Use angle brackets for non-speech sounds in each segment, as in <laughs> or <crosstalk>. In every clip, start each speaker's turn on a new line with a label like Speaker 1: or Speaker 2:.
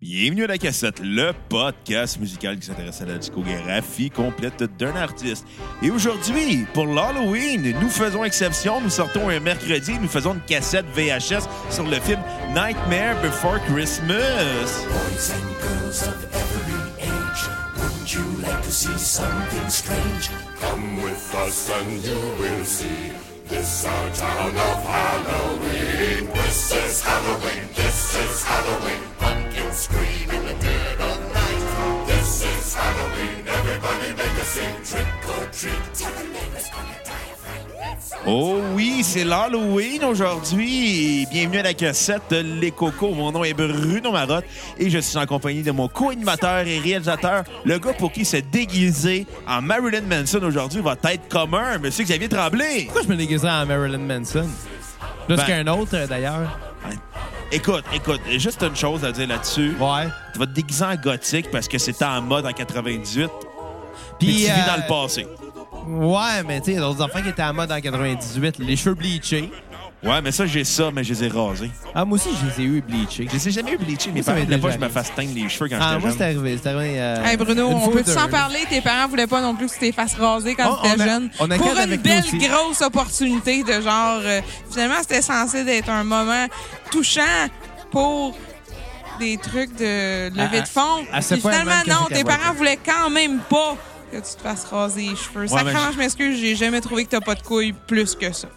Speaker 1: Bienvenue à la cassette, le podcast musical qui s'intéresse à la discographie complète d'un artiste. Et aujourd'hui, pour l'Halloween, nous faisons exception, nous sortons un mercredi, nous faisons une cassette VHS sur le film Nightmare Before Christmas.
Speaker 2: Boys and girls of every age, wouldn't you like to see something strange?
Speaker 3: Come with us and you will see this our town of Halloween. This is Halloween, this is Halloween. Pumpkins scream in the dead of night. This is Halloween, everybody make a scene. Trick or treat,
Speaker 2: Tell the neighbors gonna die of fright. It's so
Speaker 1: Oh oui, c'est l'Halloween aujourd'hui. Bienvenue à la cassette de Les Cocos. Mon nom est Bruno Marotte et je suis en compagnie de mon co-animateur et réalisateur, le gars pour qui se déguiser en Marilyn Manson aujourd'hui va être commun, Monsieur Xavier Tremblay.
Speaker 4: Pourquoi je me déguisais en Marilyn Manson? Plus
Speaker 1: Ben-
Speaker 4: qu'un autre, euh, d'ailleurs.
Speaker 1: Écoute, écoute, juste une chose à dire là-dessus.
Speaker 4: Ouais.
Speaker 1: Tu vas te déguiser en gothique parce que c'était en mode en 98 puis tu
Speaker 4: Puis,
Speaker 1: vis
Speaker 4: euh,
Speaker 1: dans le passé.
Speaker 4: Ouais, mais tu sais, il y a d'autres enfants qui étaient en mode en 98. Les cheveux bleachés.
Speaker 1: Ouais, mais ça, j'ai ça, mais je les ai rasés.
Speaker 4: Ah, moi aussi, je les ai eu bleachés.
Speaker 1: Je les ai jamais eu bleachés, mais
Speaker 4: ça
Speaker 1: par
Speaker 4: m'est
Speaker 1: contre, pas que
Speaker 4: déjà
Speaker 1: je me
Speaker 4: arrivé.
Speaker 1: fasse teindre les cheveux quand
Speaker 4: Ah,
Speaker 1: Ah, j'étais
Speaker 4: moi,
Speaker 1: jeune.
Speaker 4: c'est arrivé. C'est arrivé. euh,
Speaker 5: Hey Bruno,
Speaker 4: une
Speaker 5: on
Speaker 4: fois ou
Speaker 5: peut
Speaker 4: deux,
Speaker 5: s'en
Speaker 4: là.
Speaker 5: parler? Tes parents voulaient pas non plus que tu t'es fasses raser quand
Speaker 4: On-
Speaker 5: tu
Speaker 4: on a-
Speaker 5: t'étais jeune.
Speaker 4: on a
Speaker 5: Pour
Speaker 4: quatre
Speaker 5: une
Speaker 4: avec nous
Speaker 5: belle
Speaker 4: aussi.
Speaker 5: grosse opportunité de genre. euh, finalement, c'était censé d'être un moment touchant pour des trucs de levée
Speaker 4: À-
Speaker 5: de fond.
Speaker 4: à ce
Speaker 5: Puis
Speaker 4: point,
Speaker 5: finalement,
Speaker 4: même que
Speaker 5: non,
Speaker 4: c'est
Speaker 5: tes
Speaker 4: capoté.
Speaker 5: parents voulaient quand même pas que tu te fasses raser les cheveux. Sacrément,
Speaker 1: mais je-
Speaker 5: je m'excuse, j'ai jamais trouvé que t'as pas de couilles plus que ça.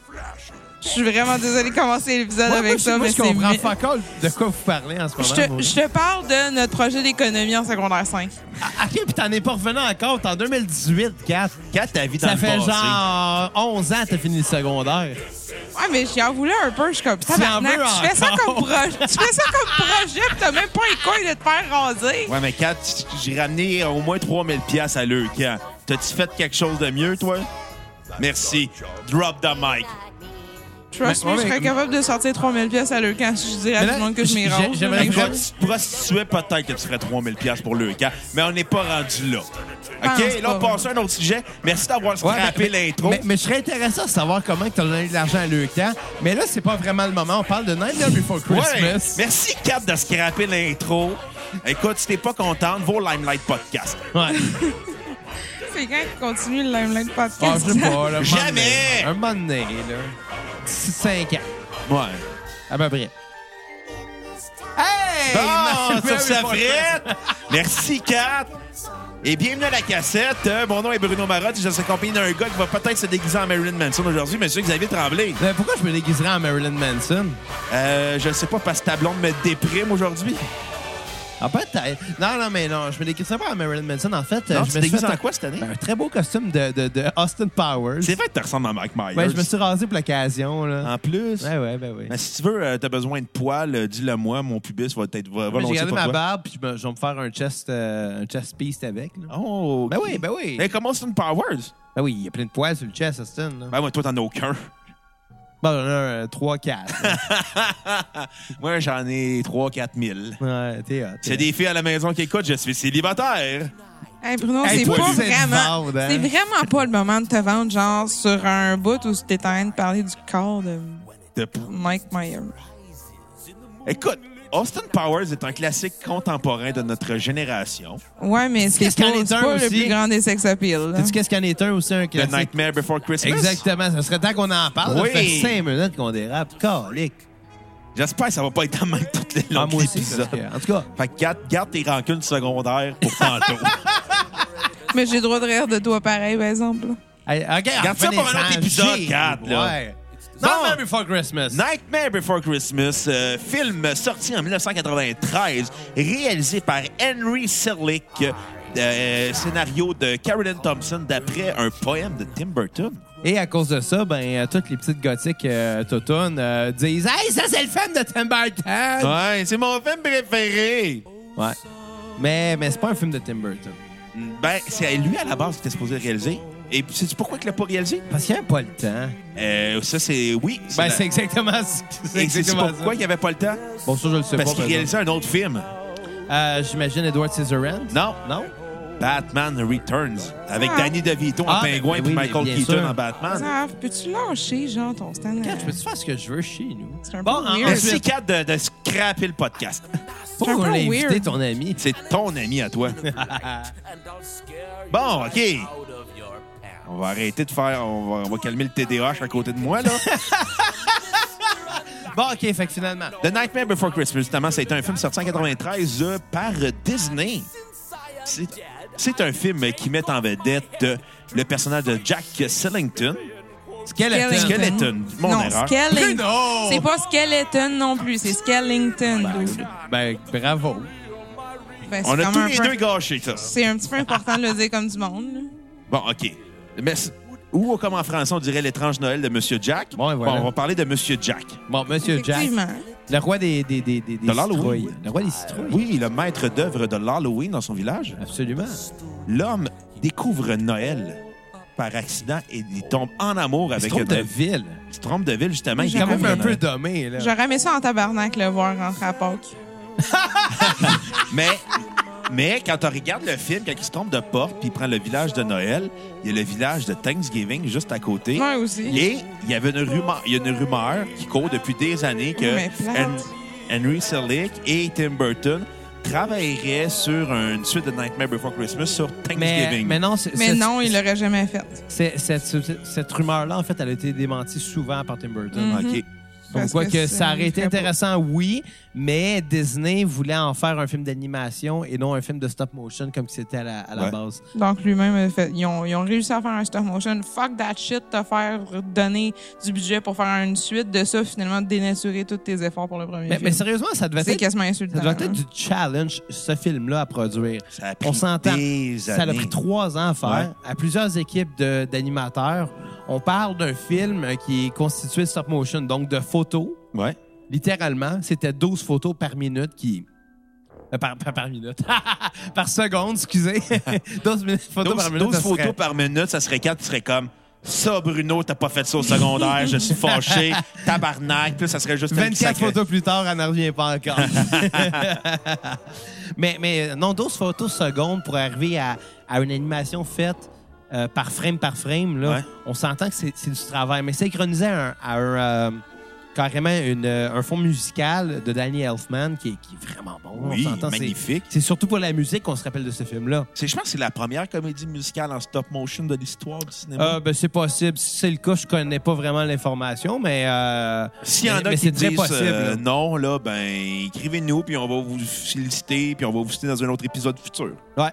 Speaker 5: Je suis vraiment désolée de commencer l'épisode
Speaker 4: Ouais,
Speaker 5: avec
Speaker 4: moi, je-
Speaker 5: ça,
Speaker 4: moi,
Speaker 5: mais
Speaker 4: je comprends
Speaker 5: c'est...
Speaker 4: pas encore de quoi vous parlez en ce moment.
Speaker 5: Je
Speaker 4: moi.
Speaker 5: te, je te parle de notre projet d'économie en secondaire 5.
Speaker 4: Ah, OK, puis t'en es pas revenu encore. T'es en 2018, 4.
Speaker 1: Quand ta vie dans
Speaker 4: Ça
Speaker 1: le
Speaker 4: fait
Speaker 1: passé.
Speaker 4: genre 11 ans que t'as fini le secondaire.
Speaker 5: Ouais, mais j'en voulais un peu. Je suis comme,
Speaker 4: en
Speaker 5: tabarnak,
Speaker 4: veux
Speaker 5: tu fais ça
Speaker 4: encore?
Speaker 5: comme projet. Tu fais ça comme projet, pis t'as même pas les couilles de te faire raser.
Speaker 1: Ouais, mais quand tu- j'ai ramené au moins 3000 pièces à leur camp, t'as-tu fait quelque chose de mieux, toi? Merci. Drop the mic.
Speaker 5: Trust
Speaker 4: Mais-
Speaker 5: me,
Speaker 4: ouais,
Speaker 5: je serais
Speaker 4: mais-
Speaker 5: capable de sortir 3000 pièces à l'heure quand je dirais à
Speaker 4: Mais
Speaker 5: tout
Speaker 4: là,
Speaker 5: le monde que je m'y
Speaker 4: j'ai-
Speaker 5: rase.
Speaker 4: j'aimerais-
Speaker 5: <laughs> Mais-
Speaker 1: Quand tu te prostituais, peut-être que tu ferais 3000 pièces pour leur camp, mais on n'est pas rendu là.
Speaker 5: Pense
Speaker 1: OK, là, on
Speaker 5: pas.
Speaker 1: passe à un autre sujet. Merci d'avoir scrappé
Speaker 4: mais-
Speaker 1: l'intro.
Speaker 4: Mais, mais je serais intéressé à savoir comment tu as donné de l'argent à Leucan. Mais là, c'est pas vraiment le moment. On parle de Nightmare Before
Speaker 1: Ouais.
Speaker 4: Christmas.
Speaker 1: Merci, Cap, de scraper l'intro. Écoute, si t'es pas contente, va au Limelight Podcast. <laughs>
Speaker 4: Ouais.
Speaker 5: C'est quand qui continue le Limelight
Speaker 4: Ah,
Speaker 5: Podcast.
Speaker 4: je sais pas, là. un moment
Speaker 1: Jamais!
Speaker 4: donné, Un moment donné, là. D'ici 5 ans,
Speaker 1: Ouais.
Speaker 4: à peu près. Hey!
Speaker 1: Bon,
Speaker 4: Nightmare
Speaker 1: sur sa
Speaker 4: Before Christmas.
Speaker 1: frette. Merci, Cap. Et bienvenue à la cassette. Euh, mon nom est Bruno Marotte et je suis accompagné d'un gars qui va peut-être se déguiser en Marilyn Manson aujourd'hui, Monsieur Xavier Tremblay.
Speaker 4: Mais pourquoi je me déguiserais en Marilyn Manson?
Speaker 1: Euh, je sais pas parce que ta blonde me déprime aujourd'hui.
Speaker 4: Ah, peut-être. Non, non, mais non, je me déguiserais pas en Marilyn Manson. En fait,
Speaker 1: Non, tu
Speaker 4: euh, je
Speaker 1: te
Speaker 4: me suis
Speaker 1: déguises
Speaker 4: fait
Speaker 1: en
Speaker 4: un,
Speaker 1: quoi cette année?
Speaker 4: un très beau costume de, de, de Austin Powers.
Speaker 1: C'est vrai que tu ressembles à Mike Myers.
Speaker 4: Ouais, je me suis rasé pour l'occasion, là.
Speaker 1: En plus.
Speaker 4: Ouais, ouais, ben oui.
Speaker 1: Mais si tu veux, euh, t'as besoin de poils, euh, dis-le moi, mon pubis va être va,
Speaker 4: Ouais,
Speaker 1: volontiers
Speaker 4: J'ai gardé
Speaker 1: pour
Speaker 4: ma
Speaker 1: toi.
Speaker 4: barbe, puis je me- je vais me faire un chest, euh, un chest piece avec. là.
Speaker 1: Oh,
Speaker 4: Ben
Speaker 1: ok.
Speaker 4: oui, ben oui.
Speaker 1: Mais comment c'est une Powers?
Speaker 4: Ben oui, il y a plein de poils sur le chest, Austin. Là.
Speaker 1: Ben moi, toi, t'en as aucun. <laughs>
Speaker 4: Bon, j'en ai un euh, 3-4.
Speaker 1: moi, j'en ai 3-4 000.
Speaker 4: ouais, t'es hot. t'es
Speaker 1: C'est
Speaker 4: hot.
Speaker 1: des filles à la maison qui écoutent, je suis célibataire.
Speaker 5: <laughs> Hey Bruno,
Speaker 4: Hey,
Speaker 5: c'est
Speaker 4: toi,
Speaker 5: pas
Speaker 4: tu sais te
Speaker 5: vraiment.
Speaker 4: vendre, hein?
Speaker 5: C'est vraiment pas le moment de te vendre, genre, sur un bout où t'es en train de parler du corps de
Speaker 1: De-
Speaker 5: Mike Myers.
Speaker 1: Écoute, Austin Powers est un classique contemporain de notre génération.
Speaker 5: Ouais, mais c'est
Speaker 4: Qu'est-ce qu'il y
Speaker 5: pas,
Speaker 4: en est
Speaker 5: c'est
Speaker 4: un
Speaker 5: pas le
Speaker 4: aussi?
Speaker 5: plus grand des sex appeal. là.
Speaker 4: Sais-tu qu'est-ce qu'il y en est un aussi, un
Speaker 1: The
Speaker 4: classique?
Speaker 1: Nightmare Before Christmas.
Speaker 4: Exactement, ça serait temps qu'on en parle.
Speaker 1: Oui.
Speaker 4: Ça fait 5 minutes qu'on dérape. Calique.
Speaker 1: J'espère que ça va pas être dans le même tout le long
Speaker 4: Ah,
Speaker 1: de
Speaker 4: moi aussi,
Speaker 1: l'épisode.
Speaker 4: parce que- en tout cas.
Speaker 1: Fait que garde, garde tes rancunes secondaires pour tantôt.
Speaker 4: <laughs>
Speaker 5: Mais j'ai le droit de rire de toi pareil, par exemple. là.
Speaker 4: Hey, OK,
Speaker 1: Garde ça pour un autre épisode, Kat, là.
Speaker 4: Non,
Speaker 1: Bon.
Speaker 4: même Before Christmas.
Speaker 1: Nightmare Before Christmas, euh, film sorti en 1993, réalisé par Henry Selick, euh, euh, scénario de Carolyn Thompson d'après un poème de Tim Burton.
Speaker 4: Et à cause de ça, ben, euh, toutes les petites gothiques euh, totounes euh, disent Hey, ça, c'est le film de Tim Burton!
Speaker 1: Ouais, c'est mon film préféré.
Speaker 4: Ouais. Mais, mais c'est pas un film de Tim Burton.
Speaker 1: Ben, c'est lui à la base qui était supposé le réaliser. Et puis, sais-tu pourquoi il l'a pas réalisé?
Speaker 4: Parce qu'il n'y a pas le temps.
Speaker 1: Euh, ça, c'est. Oui.
Speaker 4: Ben,
Speaker 1: la-
Speaker 4: c'est exactement ce que- c'est
Speaker 1: Et c'est
Speaker 4: exactement
Speaker 1: pourquoi il n'y avait pas le temps?
Speaker 4: ça. Bon, ça, je le sais
Speaker 1: Parce qu'il
Speaker 4: pas. par exemple.
Speaker 1: réalisait un autre film.
Speaker 4: Euh, J'imagine Edward Scissorhands.
Speaker 1: Non.
Speaker 4: Non?
Speaker 1: Batman Returns. Avec
Speaker 5: Ah.
Speaker 1: Danny DeVito en
Speaker 4: Ah,
Speaker 1: pingouin
Speaker 4: ben
Speaker 1: et
Speaker 4: oui, mais
Speaker 1: Michael
Speaker 4: bien
Speaker 1: Keaton
Speaker 4: sûr.
Speaker 1: en Batman.
Speaker 5: Zaf, peux-tu lâcher, genre, ton stand?
Speaker 4: Kat, je peux-tu faire ce que je veux chez nous?
Speaker 5: C'est un
Speaker 4: Bon,
Speaker 5: peu
Speaker 4: en-
Speaker 5: weird.
Speaker 1: Merci,
Speaker 4: ensuite-
Speaker 1: Kat, de, de scraper le podcast.
Speaker 4: pourquoi
Speaker 5: C'est un
Speaker 4: on
Speaker 5: peu
Speaker 4: l'a invité,
Speaker 5: weird.
Speaker 4: ton ami?
Speaker 1: C'est ton ami à toi. Bon, OK. On va arrêter de faire... On va, on va calmer le TDAH à côté de moi,
Speaker 5: <laughs>
Speaker 1: là.
Speaker 4: Bon, OK, fait que finalement...
Speaker 1: The Nightmare Before Christmas, justement, c'est un film sorti en 93 euh, par Disney. C'est- C'est un film qui met en vedette euh, le personnage de Jack Skellington.
Speaker 4: Skeleton.
Speaker 5: Skeleton.
Speaker 1: Skeleton. Mon
Speaker 5: non,
Speaker 1: erreur.
Speaker 5: Skellington.
Speaker 4: Bruno!
Speaker 5: C'est pas Skeleton non plus, c'est Skellington. dude.
Speaker 4: Ben, bravo.
Speaker 5: Ben, c'est
Speaker 1: On a
Speaker 5: comme
Speaker 1: tous
Speaker 5: un
Speaker 1: les
Speaker 5: peu-
Speaker 1: deux gâché ça.
Speaker 5: C'est un petit peu important de le dire comme du monde. là.
Speaker 1: Bon, OK. Mais c'est- ou comme en français, on dirait l'étrange Noël de Monsieur Jack.
Speaker 4: Bon, et voilà.
Speaker 1: on va parler de Monsieur Jack.
Speaker 4: Bon, Monsieur Jack,
Speaker 5: Effectivement.
Speaker 4: le roi des, des, des, des, des
Speaker 1: De l'Halloween.
Speaker 4: citrouilles. Le roi des citrouilles.
Speaker 1: Oui, le maître d'œuvre de l'Halloween dans son village.
Speaker 4: Absolument.
Speaker 1: L'homme découvre Noël par accident et il tombe en amour
Speaker 4: C'est
Speaker 1: avec
Speaker 4: trop de
Speaker 1: Noël.
Speaker 4: ville.
Speaker 1: Il se trompe de ville, justement.
Speaker 4: Il est quand même
Speaker 1: découvre
Speaker 4: un peu
Speaker 1: Noël.
Speaker 4: dommé, là.
Speaker 5: J'aurais aimé ça en tabarnak le voir rentrer à Pâques.
Speaker 1: Mais, mais quand on regarde le film, quand il se trompe de porte puis il prend le village de Noël, il y a le village de Thanksgiving juste à côté.
Speaker 5: Ouais, aussi.
Speaker 1: Et il y avait une rumeur, il y a une rumeur qui court depuis des années que
Speaker 5: Mais plate.
Speaker 1: Hen- Henry Selick et Tim Burton travailleraient sur une suite de Nightmare Before Christmas sur
Speaker 4: Mais,
Speaker 1: Thanksgiving.
Speaker 4: mais non, c'est-
Speaker 5: Mais
Speaker 4: c'est-
Speaker 5: non, il l'aurait jamais fait.
Speaker 4: c'est- cette, cette- cette rumeur-là, en fait, elle a été démentie souvent par Tim Burton.
Speaker 1: OK.
Speaker 4: Donc,
Speaker 5: Hmm. Parce
Speaker 4: quoi
Speaker 5: que
Speaker 4: que
Speaker 5: ça
Speaker 4: ça aurait été
Speaker 5: ne ferait pas.
Speaker 4: intéressant, oui, mais Disney voulait en faire un film d'animation et non un film de stop motion comme c'était à la, à la
Speaker 1: Ouais.
Speaker 4: base.
Speaker 5: Donc lui-même, a fait, ils, ont, ils ont réussi à faire un stop motion. Fuck that shit, te faire donner du budget pour faire une suite de ça, finalement dénaturer tous tes efforts pour le premier
Speaker 4: Mais,
Speaker 5: film.
Speaker 4: mais sérieusement, ça devait
Speaker 5: c'est
Speaker 4: être,
Speaker 5: quasiment
Speaker 4: ça
Speaker 5: insultant.
Speaker 4: devait
Speaker 5: hein.
Speaker 4: être du challenge, ce film-là, à produire.
Speaker 1: Ça a pris
Speaker 4: On s'entend.
Speaker 1: des
Speaker 4: Ça a
Speaker 1: années.
Speaker 4: pris trois ans à faire,
Speaker 1: Ouais.
Speaker 4: à plusieurs équipes de- d'animateurs. On parle d'un film qui est constitué de stop motion, donc de photos.
Speaker 1: Ouais.
Speaker 4: Littéralement, c'était 12 photos par minute qui. euh, Par, par, par minute. <laughs> par
Speaker 1: <laughs>
Speaker 4: seconde, excusez. 12 minutes- photos
Speaker 1: 12,
Speaker 4: par minute. ça
Speaker 1: photos
Speaker 4: serait-
Speaker 1: par minute, ça serait quatre, tu serais comme ça, Bruno, t'as pas fait ça au secondaire, je suis
Speaker 4: <laughs>
Speaker 1: fâché, tabarnak, puis là, ça serait juste un petit
Speaker 4: 24
Speaker 1: sacré-
Speaker 4: photos plus tard, elle n'en revient pas
Speaker 1: <laughs>
Speaker 4: encore. mais, mais non, 12 photos secondes pour arriver à, à une animation faite euh, par frame par frame, là,
Speaker 1: Ouais.
Speaker 4: on s'entend que c'est c'est du travail. Mais synchroniser à un, à un, euh, carrément une, euh, un fond musical de Danny Elfman qui est, qui est vraiment bon.
Speaker 1: Oui,
Speaker 4: on s'entend, c'est-
Speaker 1: magnifique.
Speaker 4: C'est surtout pour la musique qu'on se rappelle de ce film-là.
Speaker 1: C'est- Je pense que c'est la première comédie musicale en stop motion de l'histoire du cinéma.
Speaker 4: Ah, ben, c'est possible. Si c'est le cas, je connais pas vraiment l'information, mais. euh,
Speaker 1: S'il y en
Speaker 4: mais-
Speaker 1: a
Speaker 4: mais
Speaker 1: qui
Speaker 4: c'est très
Speaker 1: disent
Speaker 4: possible.
Speaker 1: euh,
Speaker 4: là.
Speaker 1: non, là, ben, écrivez-nous, puis on va vous féliciter, puis on va vous citer dans un autre épisode futur.
Speaker 4: Ouais.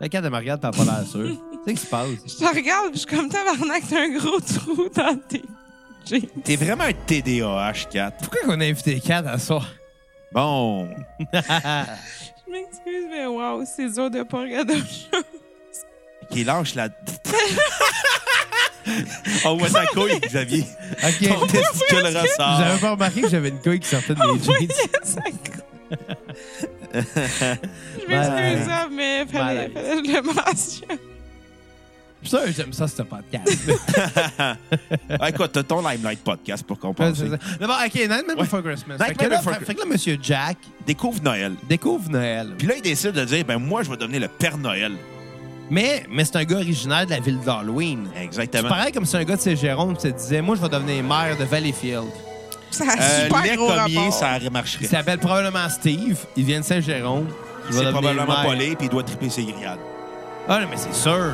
Speaker 4: La carte de Margaret, t'as pas l'air sûr. Qu'est-ce qui se passe?
Speaker 5: Je te regarde, je suis comme tabarnak, t'as un gros trou dans tes jeans.
Speaker 1: T'es vraiment un TDAH, Kat.
Speaker 4: Pourquoi qu'on a invité Kat à ça?
Speaker 1: Bon,
Speaker 5: Je m'excuse, mais wow, c'est dur de pas regarder autre
Speaker 4: <laughs>
Speaker 5: chose.
Speaker 1: qui lâche la... <laughs> on voit ta couille,
Speaker 4: <laughs>
Speaker 1: Xavier. <laughs>
Speaker 4: OK.
Speaker 1: Ton testicule ressort.
Speaker 4: J'avais pas remarqué que j'avais une couille qui sortait de mes
Speaker 1: Ah
Speaker 4: jeans.
Speaker 5: <laughs> Ça cou- Je m'excuse, Zab, mais
Speaker 4: Mal à
Speaker 5: fallait,
Speaker 4: l'aise.
Speaker 5: fallait que je le mentionne.
Speaker 4: Je suis sûr que j'aime ça, ce podcast.
Speaker 1: <laughs> Ah, écoute, t'as ton Limelight podcast pour
Speaker 4: Ouais,
Speaker 1: compenser.
Speaker 4: c'est ça. D'abord, OK, Nightmare Before Christmas.
Speaker 1: Nightmare
Speaker 4: Fait que, là,
Speaker 1: Before
Speaker 4: fait- fait que là, Monsieur Jack
Speaker 1: Découvre Noël.
Speaker 4: découvre Noël.
Speaker 1: Puis là, il décide de dire, ben moi, je vais devenir le Père Noël.
Speaker 4: Mais, mais c'est un gars originaire de la ville d'Halloween. C'est
Speaker 1: Exactement.
Speaker 4: pareil comme si un gars de Saint-Jérôme se disait « Moi, je vais devenir maire de Valleyfield.
Speaker 5: <laughs> Ça a
Speaker 1: Euh,
Speaker 5: super
Speaker 1: les
Speaker 5: gros
Speaker 1: commiers,
Speaker 5: rapport.
Speaker 1: ça
Speaker 4: Il
Speaker 1: marcherait.
Speaker 4: s'appelle probablement Steve. Il vient de Saint-Jérôme.
Speaker 1: C'est
Speaker 4: Il va devenir
Speaker 1: probablement
Speaker 4: maire.
Speaker 1: pas laid, puis il doit triper ses grillades.
Speaker 4: Ah, non, mais c'est sûr.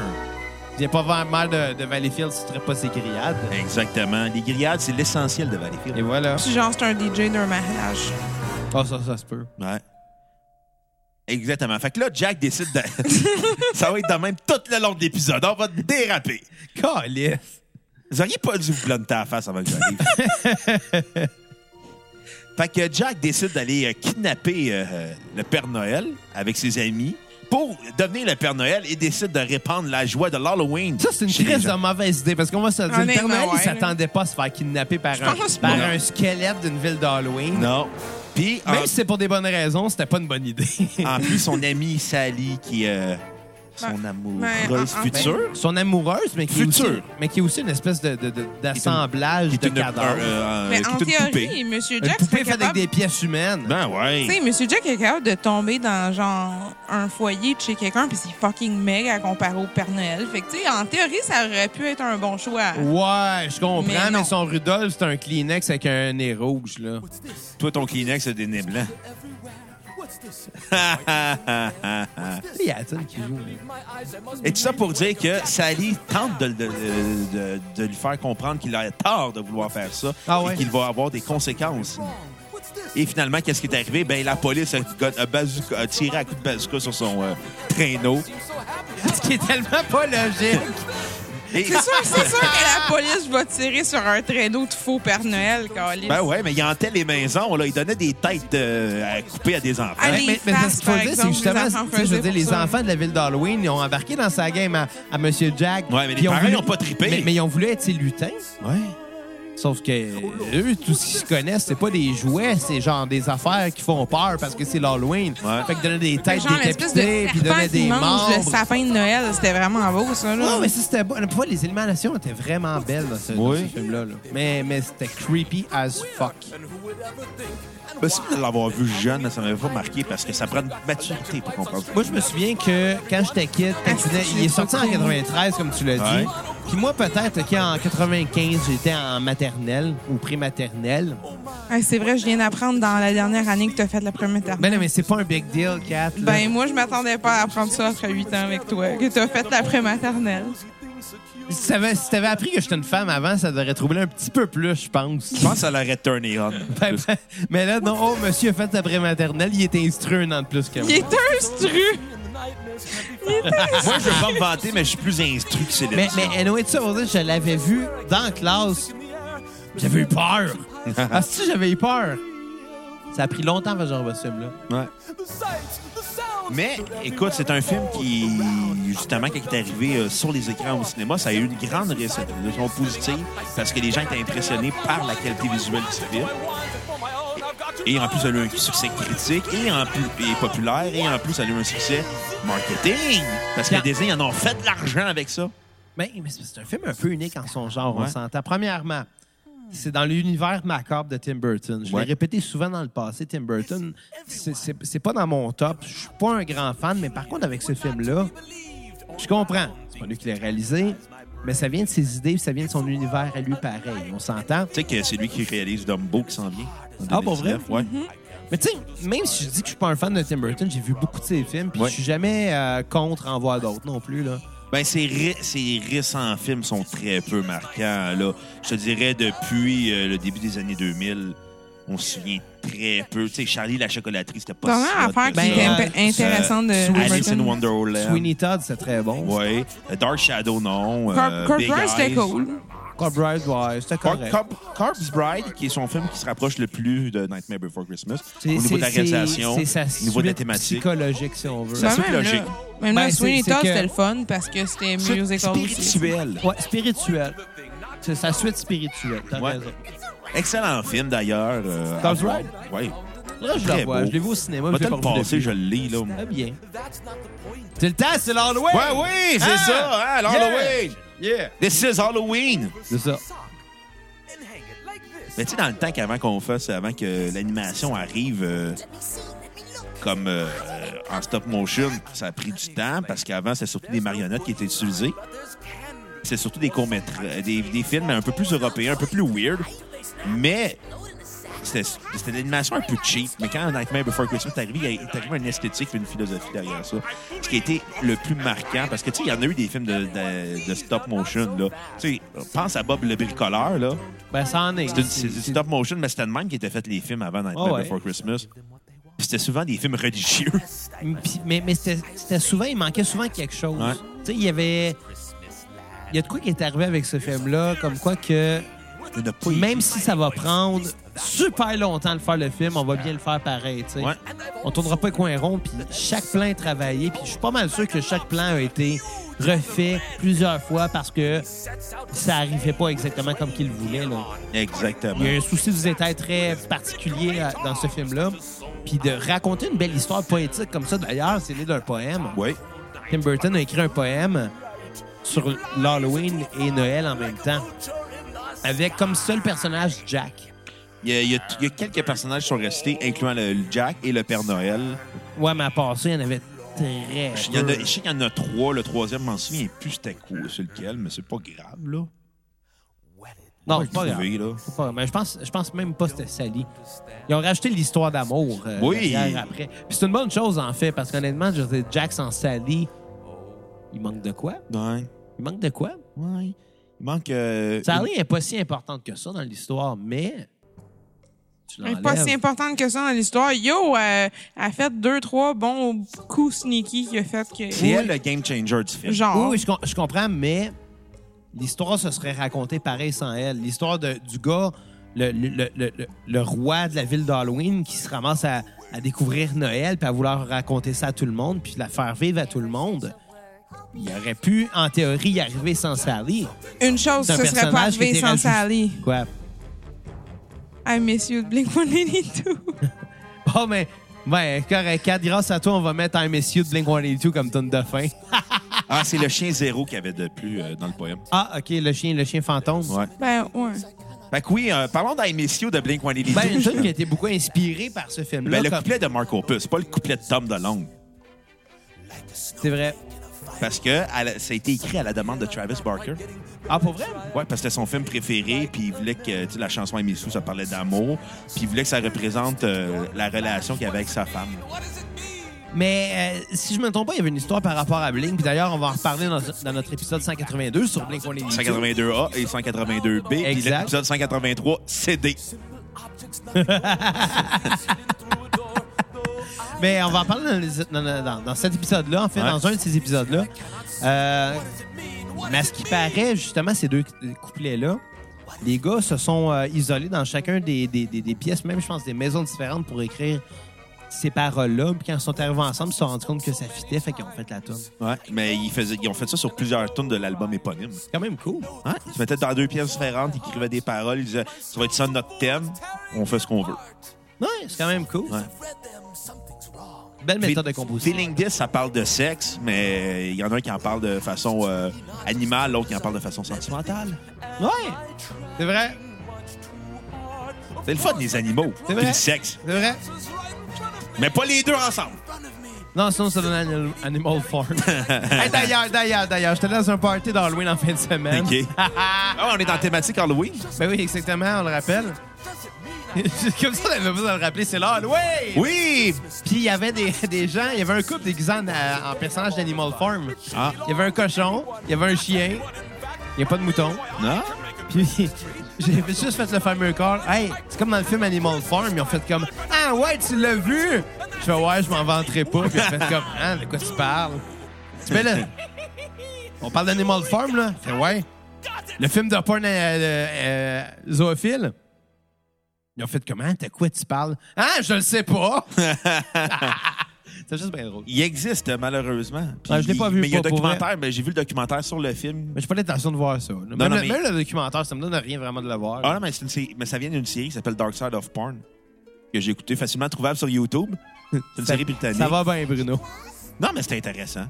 Speaker 4: Il vient pas vers le maire de, de Valleyfield si tu traites pas ses grillades.
Speaker 1: Exactement. Les grillades, c'est l'essentiel de Valleyfield.
Speaker 4: Et voilà.
Speaker 5: Puis genre, c'est un DJ d'un mariage.
Speaker 4: Ah, ça, ça se peut.
Speaker 1: Ouais. Exactement. Fait que là, Jack décide de... <laughs> ça va être de même tout le long de l'épisode. On va déraper.
Speaker 4: Calice.
Speaker 1: Vous auriez pas dû vous planter à la face avant que j'arrive.
Speaker 4: <laughs>
Speaker 1: fait que Jack décide d'aller euh, kidnapper euh, euh, le Père Noël avec ses amis pour devenir le Père Noël et décide de répandre la joie de l'Halloween.
Speaker 4: Ça, c'est une
Speaker 1: chez les
Speaker 4: crise de
Speaker 1: gens.
Speaker 4: mauvaise idée parce qu'on va se le dire. Le Père
Speaker 5: Honnêtement,
Speaker 4: Noël, il
Speaker 5: ouais,
Speaker 4: s'attendait pas à se faire kidnapper par, un,
Speaker 5: pense
Speaker 4: par
Speaker 5: pas.
Speaker 4: un squelette d'une ville d'Halloween.
Speaker 1: Non. Puis, en, Ah,
Speaker 4: Même si c'est pour des bonnes raisons, c'était pas une bonne idée.
Speaker 1: en plus, son ami Sally, qui, euh, son
Speaker 5: ben,
Speaker 1: amoureuse
Speaker 5: en- en-
Speaker 1: future.
Speaker 4: Son amoureuse, mais qui, est aussi,
Speaker 1: Future.
Speaker 4: mais qui est aussi une espèce de- de- de- d'assemblage
Speaker 1: Qui
Speaker 4: de,
Speaker 1: est une,
Speaker 4: cadavres.
Speaker 1: euh, euh,
Speaker 5: Mais
Speaker 1: qui
Speaker 5: en
Speaker 1: est une
Speaker 5: théorie,
Speaker 1: poupée.
Speaker 5: M.
Speaker 4: une
Speaker 5: Jack
Speaker 4: poupée
Speaker 5: serait
Speaker 4: faite
Speaker 5: capable...
Speaker 4: avec des pièces humaines.
Speaker 1: Ben ouais.
Speaker 5: Tu sais, Monsieur Jack est capable de tomber dans genre un foyer de chez quelqu'un, puis c'est fucking méga comparé au Père Noël. Fait que, tu sais, en théorie, ça aurait pu être un bon choix.
Speaker 4: Ouais, je comprends,
Speaker 5: Mais
Speaker 4: mais,
Speaker 5: non.
Speaker 4: son Rudolph, c'est un Kleenex avec un nez rouge, là.
Speaker 1: Toi, ton Kleenex, c'est des nez blancs.
Speaker 4: Il y a Atin qui joue.
Speaker 1: <laughs> Et tout ça pour dire que Sally tente de, de- de- de lui faire comprendre qu'il a tort de vouloir faire ça
Speaker 4: Ah ouais.
Speaker 1: et qu'il va avoir des conséquences. Et finalement, qu'est-ce qui est arrivé? Ben, la police a, got- a bazooka- a tiré à coups de bazooka sur son euh, traîneau.
Speaker 4: Ce qui est tellement pas logique.
Speaker 1: Et-
Speaker 5: C'est sûr, c'est sûr que la police va tirer sur un traîneau de faux Père Noël, Calis.
Speaker 1: ben ouais, mais il hantait les maisons. Là. Il donnait des têtes euh, à couper à des enfants.
Speaker 5: Ah,
Speaker 4: Mais,
Speaker 5: les
Speaker 4: mais- mais
Speaker 5: faces,
Speaker 4: ce qu'il faut
Speaker 5: par
Speaker 4: dire, c'est
Speaker 5: exemple,
Speaker 4: que justement,
Speaker 5: les enfants
Speaker 4: tu sais, je veux
Speaker 5: faisaient
Speaker 4: dire,
Speaker 5: pour
Speaker 4: les
Speaker 5: ça.
Speaker 4: enfants de la ville d'Halloween ils ont embarqué dans sa game à, à Monsieur Jack.
Speaker 1: Ouais, mais les
Speaker 4: puis ils ont
Speaker 1: parents,
Speaker 4: voulu-
Speaker 1: ils ont pas trippé.
Speaker 4: Mais, mais ils ont voulu être ses lutins. Sauf que euh, eux, tout ce qu'ils connaissent, c'est pas des jouets, c'est genre des affaires qui font peur parce que c'est l'Halloween.
Speaker 1: Ouais.
Speaker 4: Fait que donner des têtes
Speaker 5: Genre l'espèce de
Speaker 4: décapitées, puis
Speaker 5: serpent
Speaker 4: donner
Speaker 5: qui
Speaker 4: des
Speaker 5: mange le
Speaker 4: membres.
Speaker 5: sapin de Noël, c'était vraiment beau, ça. Là.
Speaker 4: Non, mais ça, c'était bon. Pour vrai, les éliminations étaient vraiment belles dans ce, dans
Speaker 1: Oui.
Speaker 4: ce film-là. là. Mais, mais c'était creepy as fuck.
Speaker 1: Possible de l'avoir vu jeune, ça m'avait pas marqué parce que ça prend une maturité pour comprendre.
Speaker 4: Moi, je me souviens que quand j'étais kid, quand il venait- il est sorti en 93, comme tu l'as
Speaker 1: Ouais.
Speaker 4: dit. Puis moi, peut-être qu'en 95, j'étais en maternelle ou prématernelle.
Speaker 5: Hey, c'est vrai, je viens d'apprendre dans la dernière année que tu as fait la première terre.
Speaker 4: Ben non, mais c'est pas un big deal, Kat. là.
Speaker 5: Ben, moi, je m'attendais pas à apprendre ça après 8 ans avec toi, que t'as fait la pré-maternelle.
Speaker 4: Si t'avais si t'avais appris que j'étais une femme avant, ça devrait troubler un petit peu plus, je pense.
Speaker 1: Je pense que ça l'aurait turné on.
Speaker 4: Ben, ben, mais là, non, oh, monsieur a fait sa prématernelle, il était instruit un an de plus que moi.
Speaker 5: Il est un stru!
Speaker 1: Moi, je veux pas me vanter, mais je suis plus instruit que Céline.
Speaker 4: Mais, mais anyway, tu sais, on dirait que je l'avais vu dans la classe. J'avais eu peur. ah, si, j'avais eu peur. Ça a pris longtemps avant que j'ai revu ce film-là.
Speaker 1: Ouais. Mais écoute, c'est un film qui, justement, quand il est arrivé euh, sur les écrans au cinéma, ça a eu une grande réception positive parce que les gens étaient impressionnés par la qualité visuelle du film. Et en plus, ça a eu un succès critique, et en plus et populaire, et en plus, ça a eu un succès marketing. Parce que
Speaker 4: Quand-
Speaker 1: Disney en ont fait de l'argent avec ça.
Speaker 4: Ben, Mais, mais c'est c'est un film un peu unique en son genre, on
Speaker 1: Ouais.
Speaker 4: s'entend. Premièrement, c'est dans l'univers macabre de Tim Burton. Je
Speaker 1: Ouais.
Speaker 4: l'ai répété souvent dans le passé, Tim Burton, c'est- c'est c'est pas dans mon top. Je suis pas un grand fan, mais par contre, avec ce film-là, je comprends. C'est pas lui qui l'a réalisé, mais ça vient de ses idées, puis ça vient de son univers à lui pareil. On s'entend.
Speaker 1: Tu sais que c'est lui qui réalise Dumbo qui s'en vient. en
Speaker 4: Ah, pour
Speaker 1: 2019,
Speaker 4: vrai?
Speaker 1: Ouais.
Speaker 4: Mais tu sais, même si je dis que je suis pas un fan de Tim Burton, j'ai vu beaucoup de ses films, puis
Speaker 1: Ouais.
Speaker 4: je suis jamais euh, contre en voir d'autres non plus. Là.
Speaker 1: Ben, ses, ré- ses récents films sont très peu marquants. Là. Je te dirais, depuis euh, le début des années 2000, on se souvient très peu. Tu sais, Charlie la chocolaterie, c'était pas
Speaker 5: T'as
Speaker 1: si
Speaker 5: vraiment
Speaker 1: hot
Speaker 5: affaire
Speaker 1: que ça.
Speaker 5: qui
Speaker 4: Ben,
Speaker 5: est
Speaker 4: euh,
Speaker 5: imp- intéressante de
Speaker 4: Alice
Speaker 5: Tim
Speaker 1: Alice in
Speaker 5: Burton.
Speaker 1: Wonderland.
Speaker 4: Sweeney Todd, c'est très bon.
Speaker 1: Ouais. Euh, Dark Shadow, non.
Speaker 5: Cor-
Speaker 1: Euh,
Speaker 5: Cor-
Speaker 1: Big
Speaker 5: Cor- c'était
Speaker 1: Eyes.
Speaker 5: cool.
Speaker 4: Corp Bride, ouais, c'était
Speaker 1: Cor-
Speaker 4: correct.
Speaker 1: Corp- Corpse Bride, qui est son film qui se rapproche le plus de Nightmare Before Christmas, au
Speaker 4: C'est-
Speaker 1: niveau de la
Speaker 4: c'est-
Speaker 1: réalisation,
Speaker 4: c'est- c'est
Speaker 1: au niveau de la
Speaker 4: suite
Speaker 1: thématique.
Speaker 4: psychologique, si on veut.
Speaker 1: Ça-
Speaker 5: Ben,
Speaker 1: c'est
Speaker 5: même
Speaker 1: logique.
Speaker 5: là, même là,
Speaker 4: Ben, c'est-
Speaker 5: Sweeney
Speaker 4: c'est
Speaker 5: Todd,
Speaker 4: que-
Speaker 5: c'était le fun parce que c'était musical aussi.
Speaker 1: Spirituel.
Speaker 4: Ouais, spirituel. C'est sa suite spirituelle, t'as
Speaker 1: Ouais.
Speaker 4: raison.
Speaker 1: Excellent film, d'ailleurs. euh,
Speaker 4: Corpse
Speaker 1: à voir.
Speaker 4: Bride?
Speaker 1: Ouais.
Speaker 4: Là, je
Speaker 1: Très
Speaker 4: le vois.
Speaker 1: beau.
Speaker 4: Je l'ai vu au cinéma.
Speaker 1: Va
Speaker 4: je l'ai
Speaker 1: te le
Speaker 4: pas revu
Speaker 1: passer,
Speaker 4: depuis.
Speaker 1: je le lis, là.
Speaker 4: Très bien. C'est le temps, c'est l'Halloween!
Speaker 1: Ouais, oui, c'est
Speaker 4: Ah!
Speaker 1: ça, hein, l'Halloween.
Speaker 4: Yeah!
Speaker 1: This is Halloween.
Speaker 4: C'est ça.
Speaker 1: Mais tu sais, dans le temps qu'avant qu'on fasse, avant que l'animation arrive euh, comme euh, en stop motion, ça a pris du temps parce qu'avant, c'était surtout des marionnettes qui étaient utilisées. C'est surtout des courts-métrages, des, des films un peu plus européens, un peu plus weird. Mais c'était c'était de l'animation un peu cheap. Mais quand Nightmare Before Christmas est arrivé, il y a- il est arrivé une esthétique et une philosophie derrière ça. Ce qui a été le plus marquant, parce que tu sais, il y en a eu des films de, de- de stop motion. là. Tu sais, pense à Bob le bricoleur, là.
Speaker 4: Ben, ça en est.
Speaker 1: C'est du- C'est du stop motion, mais c'était le même qui était fait les films avant Nightmare
Speaker 4: Ah ouais.
Speaker 1: Before Christmas. Puis c'était souvent des films <laughs> religieux.
Speaker 4: Puis- mais mais c'était c'était souvent, il manquait souvent quelque chose.
Speaker 1: Ouais.
Speaker 4: Tu sais, il y avait. Il y a de quoi qui est arrivé avec ce film-là, comme quoi que
Speaker 1: Il n'y en a pas eu.
Speaker 4: même si ça va prendre super longtemps de faire le film, on va bien le faire pareil, tu sais.
Speaker 1: Ouais.
Speaker 4: On tournera pas les coins ronds, puis chaque plan est travaillé, puis je suis pas mal sûr que chaque plan a été refait plusieurs fois parce que ça arrivait pas exactement comme qu'il voulait, là. Il y
Speaker 1: Exactement.
Speaker 4: a un souci du détail très particulier à- dans ce film-là. Puis de raconter une belle histoire poétique comme ça, d'ailleurs, c'est né d'un poème.
Speaker 1: Oui.
Speaker 4: Tim Burton a écrit un poème sur l'Halloween et Noël en même temps, avec comme seul personnage Jack.
Speaker 1: Il y, a, il y a- il y a quelques personnages qui sont restés, incluant le, le Jack et le Père Noël.
Speaker 4: Ouais, mais à part ça, il y en avait très
Speaker 1: Il y en a-
Speaker 4: peu.
Speaker 1: je sais qu'il y en a trois. Le troisième, je m'en souviens plus c'était quoi, c'est lequel, mais c'est pas grave, là.
Speaker 4: Non,
Speaker 1: Ouais,
Speaker 4: c'est pas grave.
Speaker 1: trouvé, là.
Speaker 4: C'est pas- mais je pense, je pense même pas que c'était Sally. Ils ont rajouté l'histoire d'amour euh,
Speaker 1: Oui.
Speaker 4: derrière, après. Puis c'est une bonne chose, en fait, parce qu'honnêtement, je veux dire, Jack sans Sally, il manque de quoi?
Speaker 1: Ouais.
Speaker 4: Il manque de quoi?
Speaker 1: Ouais. Il manque. euh,
Speaker 4: Sally n'est pas si importante que ça dans l'histoire, mais... Tu
Speaker 5: Elle est pas si
Speaker 4: l'enlèves.
Speaker 5: importante que ça dans l'histoire. Yo, euh, elle a fait deux, trois bons coups sneaky qu'il a fait que.
Speaker 1: C'est elle le game changer du film.
Speaker 5: Genre.
Speaker 4: Oui, oui, je, com- je comprends, mais l'histoire se serait racontée pareil sans elle. L'histoire de- du gars, le, le- le- le- le- le roi de la ville d'Halloween qui se ramasse à, à découvrir Noël puis à vouloir raconter ça à tout le monde puis la faire vivre à tout le monde. Il aurait pu, en théorie, y arriver sans Sally.
Speaker 5: Une chose,
Speaker 4: C'est un
Speaker 5: ce serait pas
Speaker 4: personnage qui
Speaker 5: arrivé
Speaker 4: était
Speaker 5: sans
Speaker 4: rajouté.
Speaker 5: Sally.
Speaker 4: Quoi?
Speaker 5: I miss you, Blink 182.
Speaker 4: Bon, mais, ouais, correct. Kat, grâce à toi, on va mettre un messieurs de Blink-182 comme tonne de fin.
Speaker 1: Ah, c'est le chien zéro qu'il y avait de plus euh, dans le poème.
Speaker 4: Ah, OK, le chien, le chien fantôme.
Speaker 1: Ouais.
Speaker 5: ben, ouais.
Speaker 1: Fait que oui, euh, parlons d'Aimessio de Blink 182.
Speaker 4: Ben, une tune qui a été beaucoup inspirée par ce film-là.
Speaker 1: Ben, le
Speaker 4: comme-
Speaker 1: couplet de Mark Opus, pas le couplet de Tom DeLonge.
Speaker 4: C'est vrai.
Speaker 1: Parce que à la- ça a été écrit à la demande de Travis Barker.
Speaker 4: Ah, pour vrai?
Speaker 1: Ouais, parce que c'était son film préféré, puis il voulait que tu sais, la chanson Aimessio, ça parlait d'amour, puis il voulait que ça représente euh, la relation qu'il avait avec sa femme.
Speaker 4: Mais euh, si je me trompe pas, il y avait une histoire par rapport à Blink. Puis d'ailleurs, on va en reparler dans, dans notre épisode 182 sur Blink 182.
Speaker 1: 182A et 182B, puis
Speaker 4: Exact.
Speaker 1: l'épisode 183 CD.
Speaker 4: Mais on va en parler dans, les- dans- dans- dans- dans cet épisode-là, en fait,
Speaker 1: Ouais.
Speaker 4: dans un de ces épisodes-là. Euh, <laughs> mais à ce qui paraît, justement, ces deux couplets-là, les gars se sont euh, isolés dans chacun des, des- des- des pièces, même, je pense, des maisons différentes pour écrire ces paroles-là. Puis quand ils sont arrivés ensemble, ils se sont rendus compte que ça fitait, fait qu'ils ont fait la tune. C'est
Speaker 1: Ouais, mais ils, faisaient, ils ont fait ça sur plusieurs tunes de l'album éponyme.
Speaker 4: quand même cool.
Speaker 1: Hein? Ils se mettaient dans deux pièces différentes, ils écrivaient des paroles, ils disaient Ça va être ça notre thème, on fait ce qu'on veut.
Speaker 4: Ouais, c'est quand même cool.
Speaker 1: Ouais.
Speaker 4: Belle méthode de composition.
Speaker 1: Feeling This, ça parle de sexe, mais il y en a un qui en parle de façon euh, animale, l'autre qui en parle de façon sentimentale.
Speaker 4: Ouais, c'est vrai.
Speaker 1: C'est le fun des animaux,
Speaker 4: C'est
Speaker 1: puis
Speaker 4: vrai.
Speaker 1: le sexe.
Speaker 4: C'est vrai.
Speaker 1: Mais pas les deux ensemble.
Speaker 4: Non, sinon, ça donne Animal, Animal
Speaker 1: <laughs>
Speaker 4: Farm. Hey, d'ailleurs, d'ailleurs, d'ailleurs, j'étais dans un party d'Halloween en fin de semaine.
Speaker 1: OK. Ah, on est dans la thématique Halloween.
Speaker 4: <laughs> Ben oui, exactement, on le rappelle. <laughs> Comme ça, on avait pas besoin de le rappeler, c'est l'Halloween!
Speaker 1: Oui!
Speaker 4: Puis il y avait des, des gens, il y avait un couple déguisé en, en personnage d'Animal Farm.
Speaker 1: Ah.
Speaker 4: Il y avait un cochon, il y avait un chien, il n'y a pas de mouton.
Speaker 1: Non?
Speaker 4: Puis <laughs> j'ai juste fait le fameux call. Hey, c'est comme dans le film Animal Farm, ils ont fait comme Ah ouais, tu l'as vu? Je fais ouais, je m'en vanterai pas. Puis ils ont fait comme Ah, de quoi tu parles? Tu fais là.
Speaker 1: <laughs>
Speaker 4: On parle d'Animal Farm, là? Je fais ouais. Le film de porn euh, euh, euh, zoophile? Ils ont fait comment? De quoi tu parles? Ah, je le
Speaker 1: <laughs>
Speaker 4: sais pas! c'est juste bien drôle.
Speaker 1: Il existe, malheureusement. Puis
Speaker 4: Ah, je l'ai pas vu,
Speaker 1: Mais il y a un
Speaker 4: pas pour
Speaker 1: documentaire, mais j'ai vu le documentaire sur le film.
Speaker 4: Mais j'ai pas l'intention de voir ça. là. Même,
Speaker 1: non,
Speaker 4: le-
Speaker 1: mais-
Speaker 4: même le documentaire, ça me donne rien vraiment de le voir.
Speaker 1: Ah non, mais, c'est une série- mais ça vient d'une série qui s'appelle Dark Side of Porn, que j'ai écouté facilement trouvable sur
Speaker 4: <laughs>
Speaker 1: YouTube. C'est une série britannique.
Speaker 4: ça va bien, Bruno.
Speaker 1: Non, mais c'était intéressant.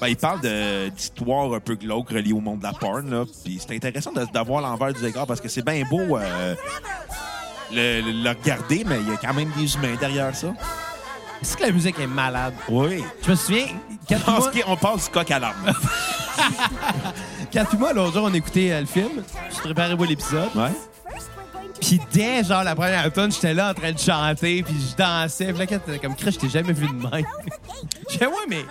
Speaker 1: Ben, il parle de- d'histoires un peu glauques reliées au monde de la porn. Là. Puis c'est intéressant de- d'avoir l'envers du décor parce que c'est bien beau euh, le, le- le regarder, mais il y a quand même des humains derrière ça.
Speaker 4: Est-ce que la musique est malade?
Speaker 1: Oui.
Speaker 4: Je me souviens,
Speaker 1: Je
Speaker 4: quatre
Speaker 1: pense
Speaker 4: mois,
Speaker 1: qu'on passe du coq à l'arme.
Speaker 4: quatre mois l'autre jour, on écoutait euh, le film. Je préparais pour l'épisode.
Speaker 1: <laughs> ouais.
Speaker 4: Puis dès genre la première tonne, j'étais là en train de chanter, puis je dansais. Puis là, quand t'étais comme Chris, je t'ai jamais vu de même. <laughs> Je dis, ouais, mais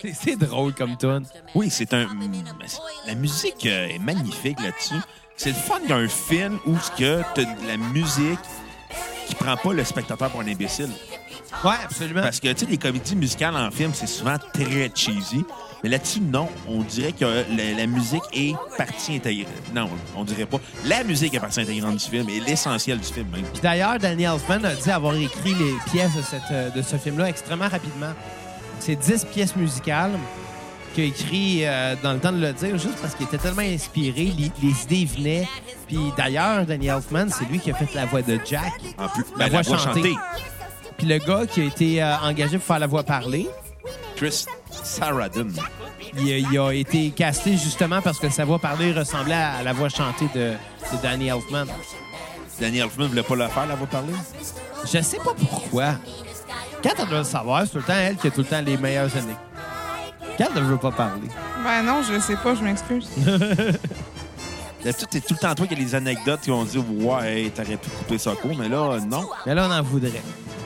Speaker 4: c'est- c'est drôle comme tonne.
Speaker 1: Oui, c'est un. mais c'est- La musique euh, est magnifique là-dessus. C'est le fun d'un film où ce que t'as de la musique qui prend pas le spectateur pour un imbécile.
Speaker 4: Ouais, absolument.
Speaker 1: Parce que, tu sais, les comédies musicales en film, c'est souvent très cheesy. Mais là-dessus, non. On dirait que la, la musique est partie intégrante. Non, on dirait pas. La musique est partie intégrante du film et l'essentiel du film, même.
Speaker 4: Puis d'ailleurs, Danny Elfman a dit avoir écrit les pièces de, cette, euh, de ce film-là extrêmement rapidement. C'est 10 pièces musicales qu'il a écrit euh, dans le temps de le dire, juste parce qu'il était tellement inspiré, les, les idées venaient. Puis d'ailleurs, Danny Elfman, c'est lui qui a fait la voix de Jack.
Speaker 1: En plus,
Speaker 4: La
Speaker 1: ben, la
Speaker 4: voix
Speaker 1: voix
Speaker 4: chantée.
Speaker 1: chantée.
Speaker 4: Puis le gars qui a été euh, engagé pour faire la voix parler,
Speaker 1: Chris Saradin.
Speaker 4: Il, a- il a été casté justement parce que sa voix parlée ressemblait à la voix chantée de, de Danny Elfman.
Speaker 1: Danny Elfman voulait pas le faire, la voix parlée.
Speaker 4: Je sais pas pourquoi. Quand elle veut le savoir, c'est tout le temps elle qui a tout le temps les meilleures années. Quand elle veut pas parler.
Speaker 5: Ben non, je sais pas, je
Speaker 4: <laughs>
Speaker 5: m'excuse.
Speaker 1: D'habitude, c'est tout le temps toi qui as les anecdotes qui ont dit Ouais, hey, t'aurais pu couper ça court, Oh, mais là, euh, non.
Speaker 4: Mais là, on en voudrait.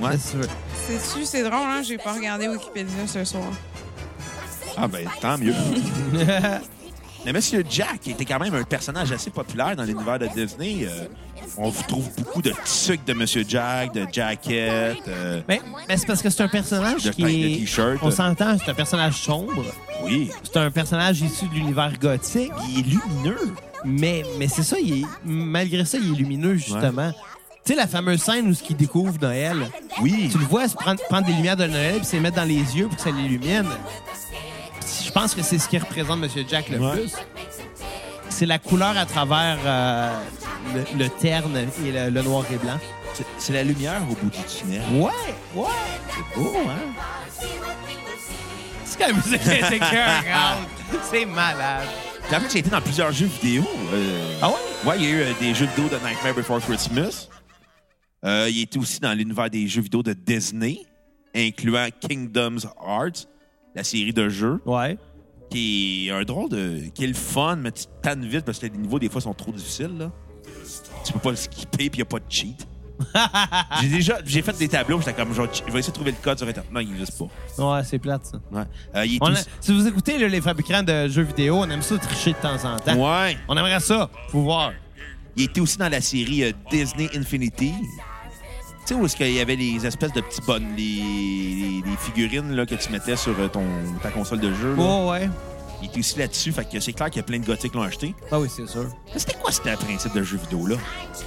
Speaker 1: Ouais.
Speaker 4: Qu'est-ce que tu veux?
Speaker 5: C'est-tu, c'est drôle, hein? J'ai pas regardé Wikipédia ce soir.
Speaker 1: Ah, ben, tant
Speaker 4: <laughs>
Speaker 1: mieux. mais Monsieur Jack était quand même un personnage assez populaire dans l'univers de Disney. Euh, on vous trouve beaucoup de sucre de Monsieur Jack, de Jacket. euh,
Speaker 4: Mais, mais Ben, c'est parce que c'est un personnage
Speaker 1: De
Speaker 4: qui
Speaker 1: teinte de
Speaker 4: est...
Speaker 1: t-shirt.
Speaker 4: On s'entend, c'est un personnage sombre.
Speaker 1: oui.
Speaker 4: C'est un personnage issu de l'univers gothique.
Speaker 1: Il est lumineux.
Speaker 4: Mais, mais c'est ça, il est- malgré ça, il est lumineux, justement. Tu sais, la fameuse scène où ce qu'il découvre Noël,
Speaker 1: Oui.
Speaker 4: tu le vois se prendre, prendre des lumières de Noël puis se les mettre dans les yeux pour que ça l'illumine. Puis Je pense que c'est ce qui représente M. Jack le
Speaker 1: Ouais.
Speaker 4: plus. C'est la couleur à travers euh, le, le terne et le, le noir et blanc.
Speaker 1: C'est- C'est la lumière au bout du tunnel.
Speaker 4: Ouais, ouais. C'est beau, hein? C'est quand même <laughs> c'est écœurant. C'est malade.
Speaker 1: T'as vu que ça a été dans plusieurs jeux vidéo. euh,
Speaker 4: Ah ouais?
Speaker 1: Ouais, il y a eu euh, des jeux vidéo de Nightmare Before Christmas. Euh, il était aussi dans l'univers des jeux vidéo de Disney, incluant Kingdoms Hearts, la série de jeux,
Speaker 4: Ouais.
Speaker 1: qui est un drôle de. qui est le fun, mais tu te tannes vite parce que les niveaux, des fois, sont trop difficiles. Là. Tu peux pas le skipper puis il n'y a pas de cheat. j'ai déjà j'ai fait des tableaux, j'étais comme genre, je vais essayer de trouver le code sur Internet. Non, il n'existe pas.
Speaker 4: Ouais, c'est plate, ça.
Speaker 1: Ouais. Euh, il est
Speaker 4: On a-
Speaker 1: aussi-
Speaker 4: si vous écoutez là, les fabricants de jeux vidéo, on aime ça tricher de temps en temps.
Speaker 1: Ouais.
Speaker 4: On aimerait ça, pouvoir.
Speaker 1: Il était aussi dans la série euh, Disney Infinity. Tu sais, où est-ce qu'il y avait les espèces de petits bonnes, les, les- les figurines là, que tu mettais sur euh, ton, ta console de jeu. là.
Speaker 4: Ouais, ouais.
Speaker 1: Il était aussi là-dessus, fait que c'est clair qu'il y a plein de gothiques qui l'ont acheté.
Speaker 4: Ah oui, c'est sûr.
Speaker 1: Mais C'était quoi, c'était le principe de jeu vidéo, là?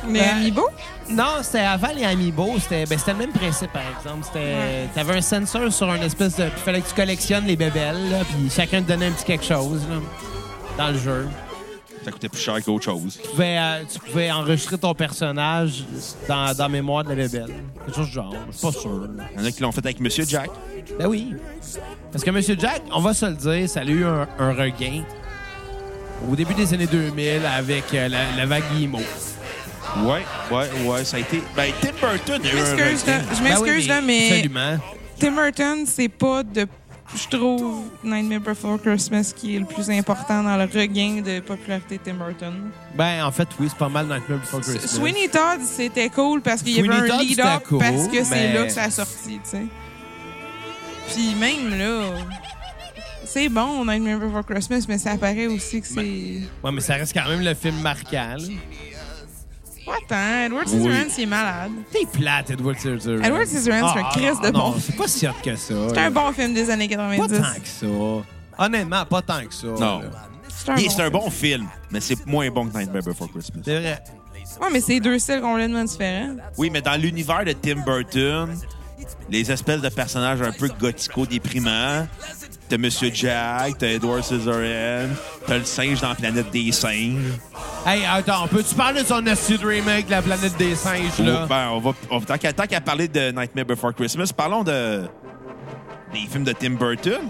Speaker 5: Mais
Speaker 4: Ben-
Speaker 5: Amiibo?
Speaker 4: Non, c'était avant les Amiibo. C'était ben, c'était le même principe, par exemple. C'était, T'avais un sensor sur un espèce de... Il fallait que tu collectionnes les bébelles, là, puis chacun te donnait un petit quelque chose là, dans le jeu.
Speaker 1: Ça coûtait plus cher qu'autre chose.
Speaker 4: Tu pouvais, euh, tu pouvais enregistrer ton personnage dans, dans la mémoire de la bébelle. Quelque chose du genre. Je suis pas sûr. là.
Speaker 1: Il y en a qui l'ont fait avec Monsieur Jack.
Speaker 4: Ben oui. Parce que M. Jack, on va se le dire, ça a eu un, un regain au début des années 2000 avec euh, la, la vague Imo.
Speaker 1: Ouais, ouais, ouais, ça a été. Ben, Tim Burton a eu
Speaker 5: Je
Speaker 1: un
Speaker 5: m'excuse, hein. là,
Speaker 4: Ben
Speaker 1: requin.
Speaker 5: je m'excuse, là, mais
Speaker 4: Absolument.
Speaker 5: Tim Burton, c'est pas de. Je trouve Nightmare Before Christmas qui est le plus important dans le regain de popularité de Tim Burton.
Speaker 4: Ben, en fait, oui, c'est pas mal dans le club Before Christmas.
Speaker 5: Sweeney Todd, c'était cool parce qu'il y
Speaker 4: Sweeney
Speaker 5: avait un
Speaker 4: Todd, c'était
Speaker 5: lead-up
Speaker 4: cool,
Speaker 5: parce que c'est
Speaker 4: mais-
Speaker 5: là que ça a sorti, tu sais. Puis même là, c'est bon, Nightmare Before Christmas, mais ça apparaît aussi que c'est...
Speaker 4: Ouais, mais ça reste quand même le film marquant. là.
Speaker 5: Pas tant, Edward Scissorhands, il est malade.
Speaker 4: T'es plate, Edward Scissorhands. Ah,
Speaker 5: Edward Scissorhands, c'est un Christ de
Speaker 4: non,
Speaker 5: bon
Speaker 4: C'est pas si hot que ça.
Speaker 5: C'est un bon film des années
Speaker 4: Pas
Speaker 5: 90.
Speaker 4: tant que ça. Honnêtement, pas tant que ça.
Speaker 1: Non.
Speaker 4: là.
Speaker 5: C'est un
Speaker 1: Et C'est un
Speaker 5: film.
Speaker 1: bon film, mais c'est moins bon que Nightmare Before Christmas.
Speaker 4: C'est vrai.
Speaker 5: Ouais, mais c'est deux styles complètement différents.
Speaker 1: Oui, mais dans l'univers de Tim Burton, les espèces de personnages un peu gothico-déprimants, t'as Monsieur Jack, t'as Edward Scissorhands, t'as le singe dans la planète des singes.
Speaker 4: Hey, attends, peux-tu parler de son esti de remake de la planète des singes, là?
Speaker 1: Ben, on va, on- tant qu'à tant qu'à parler de Nightmare Before Christmas, parlons de des films de Tim Burton.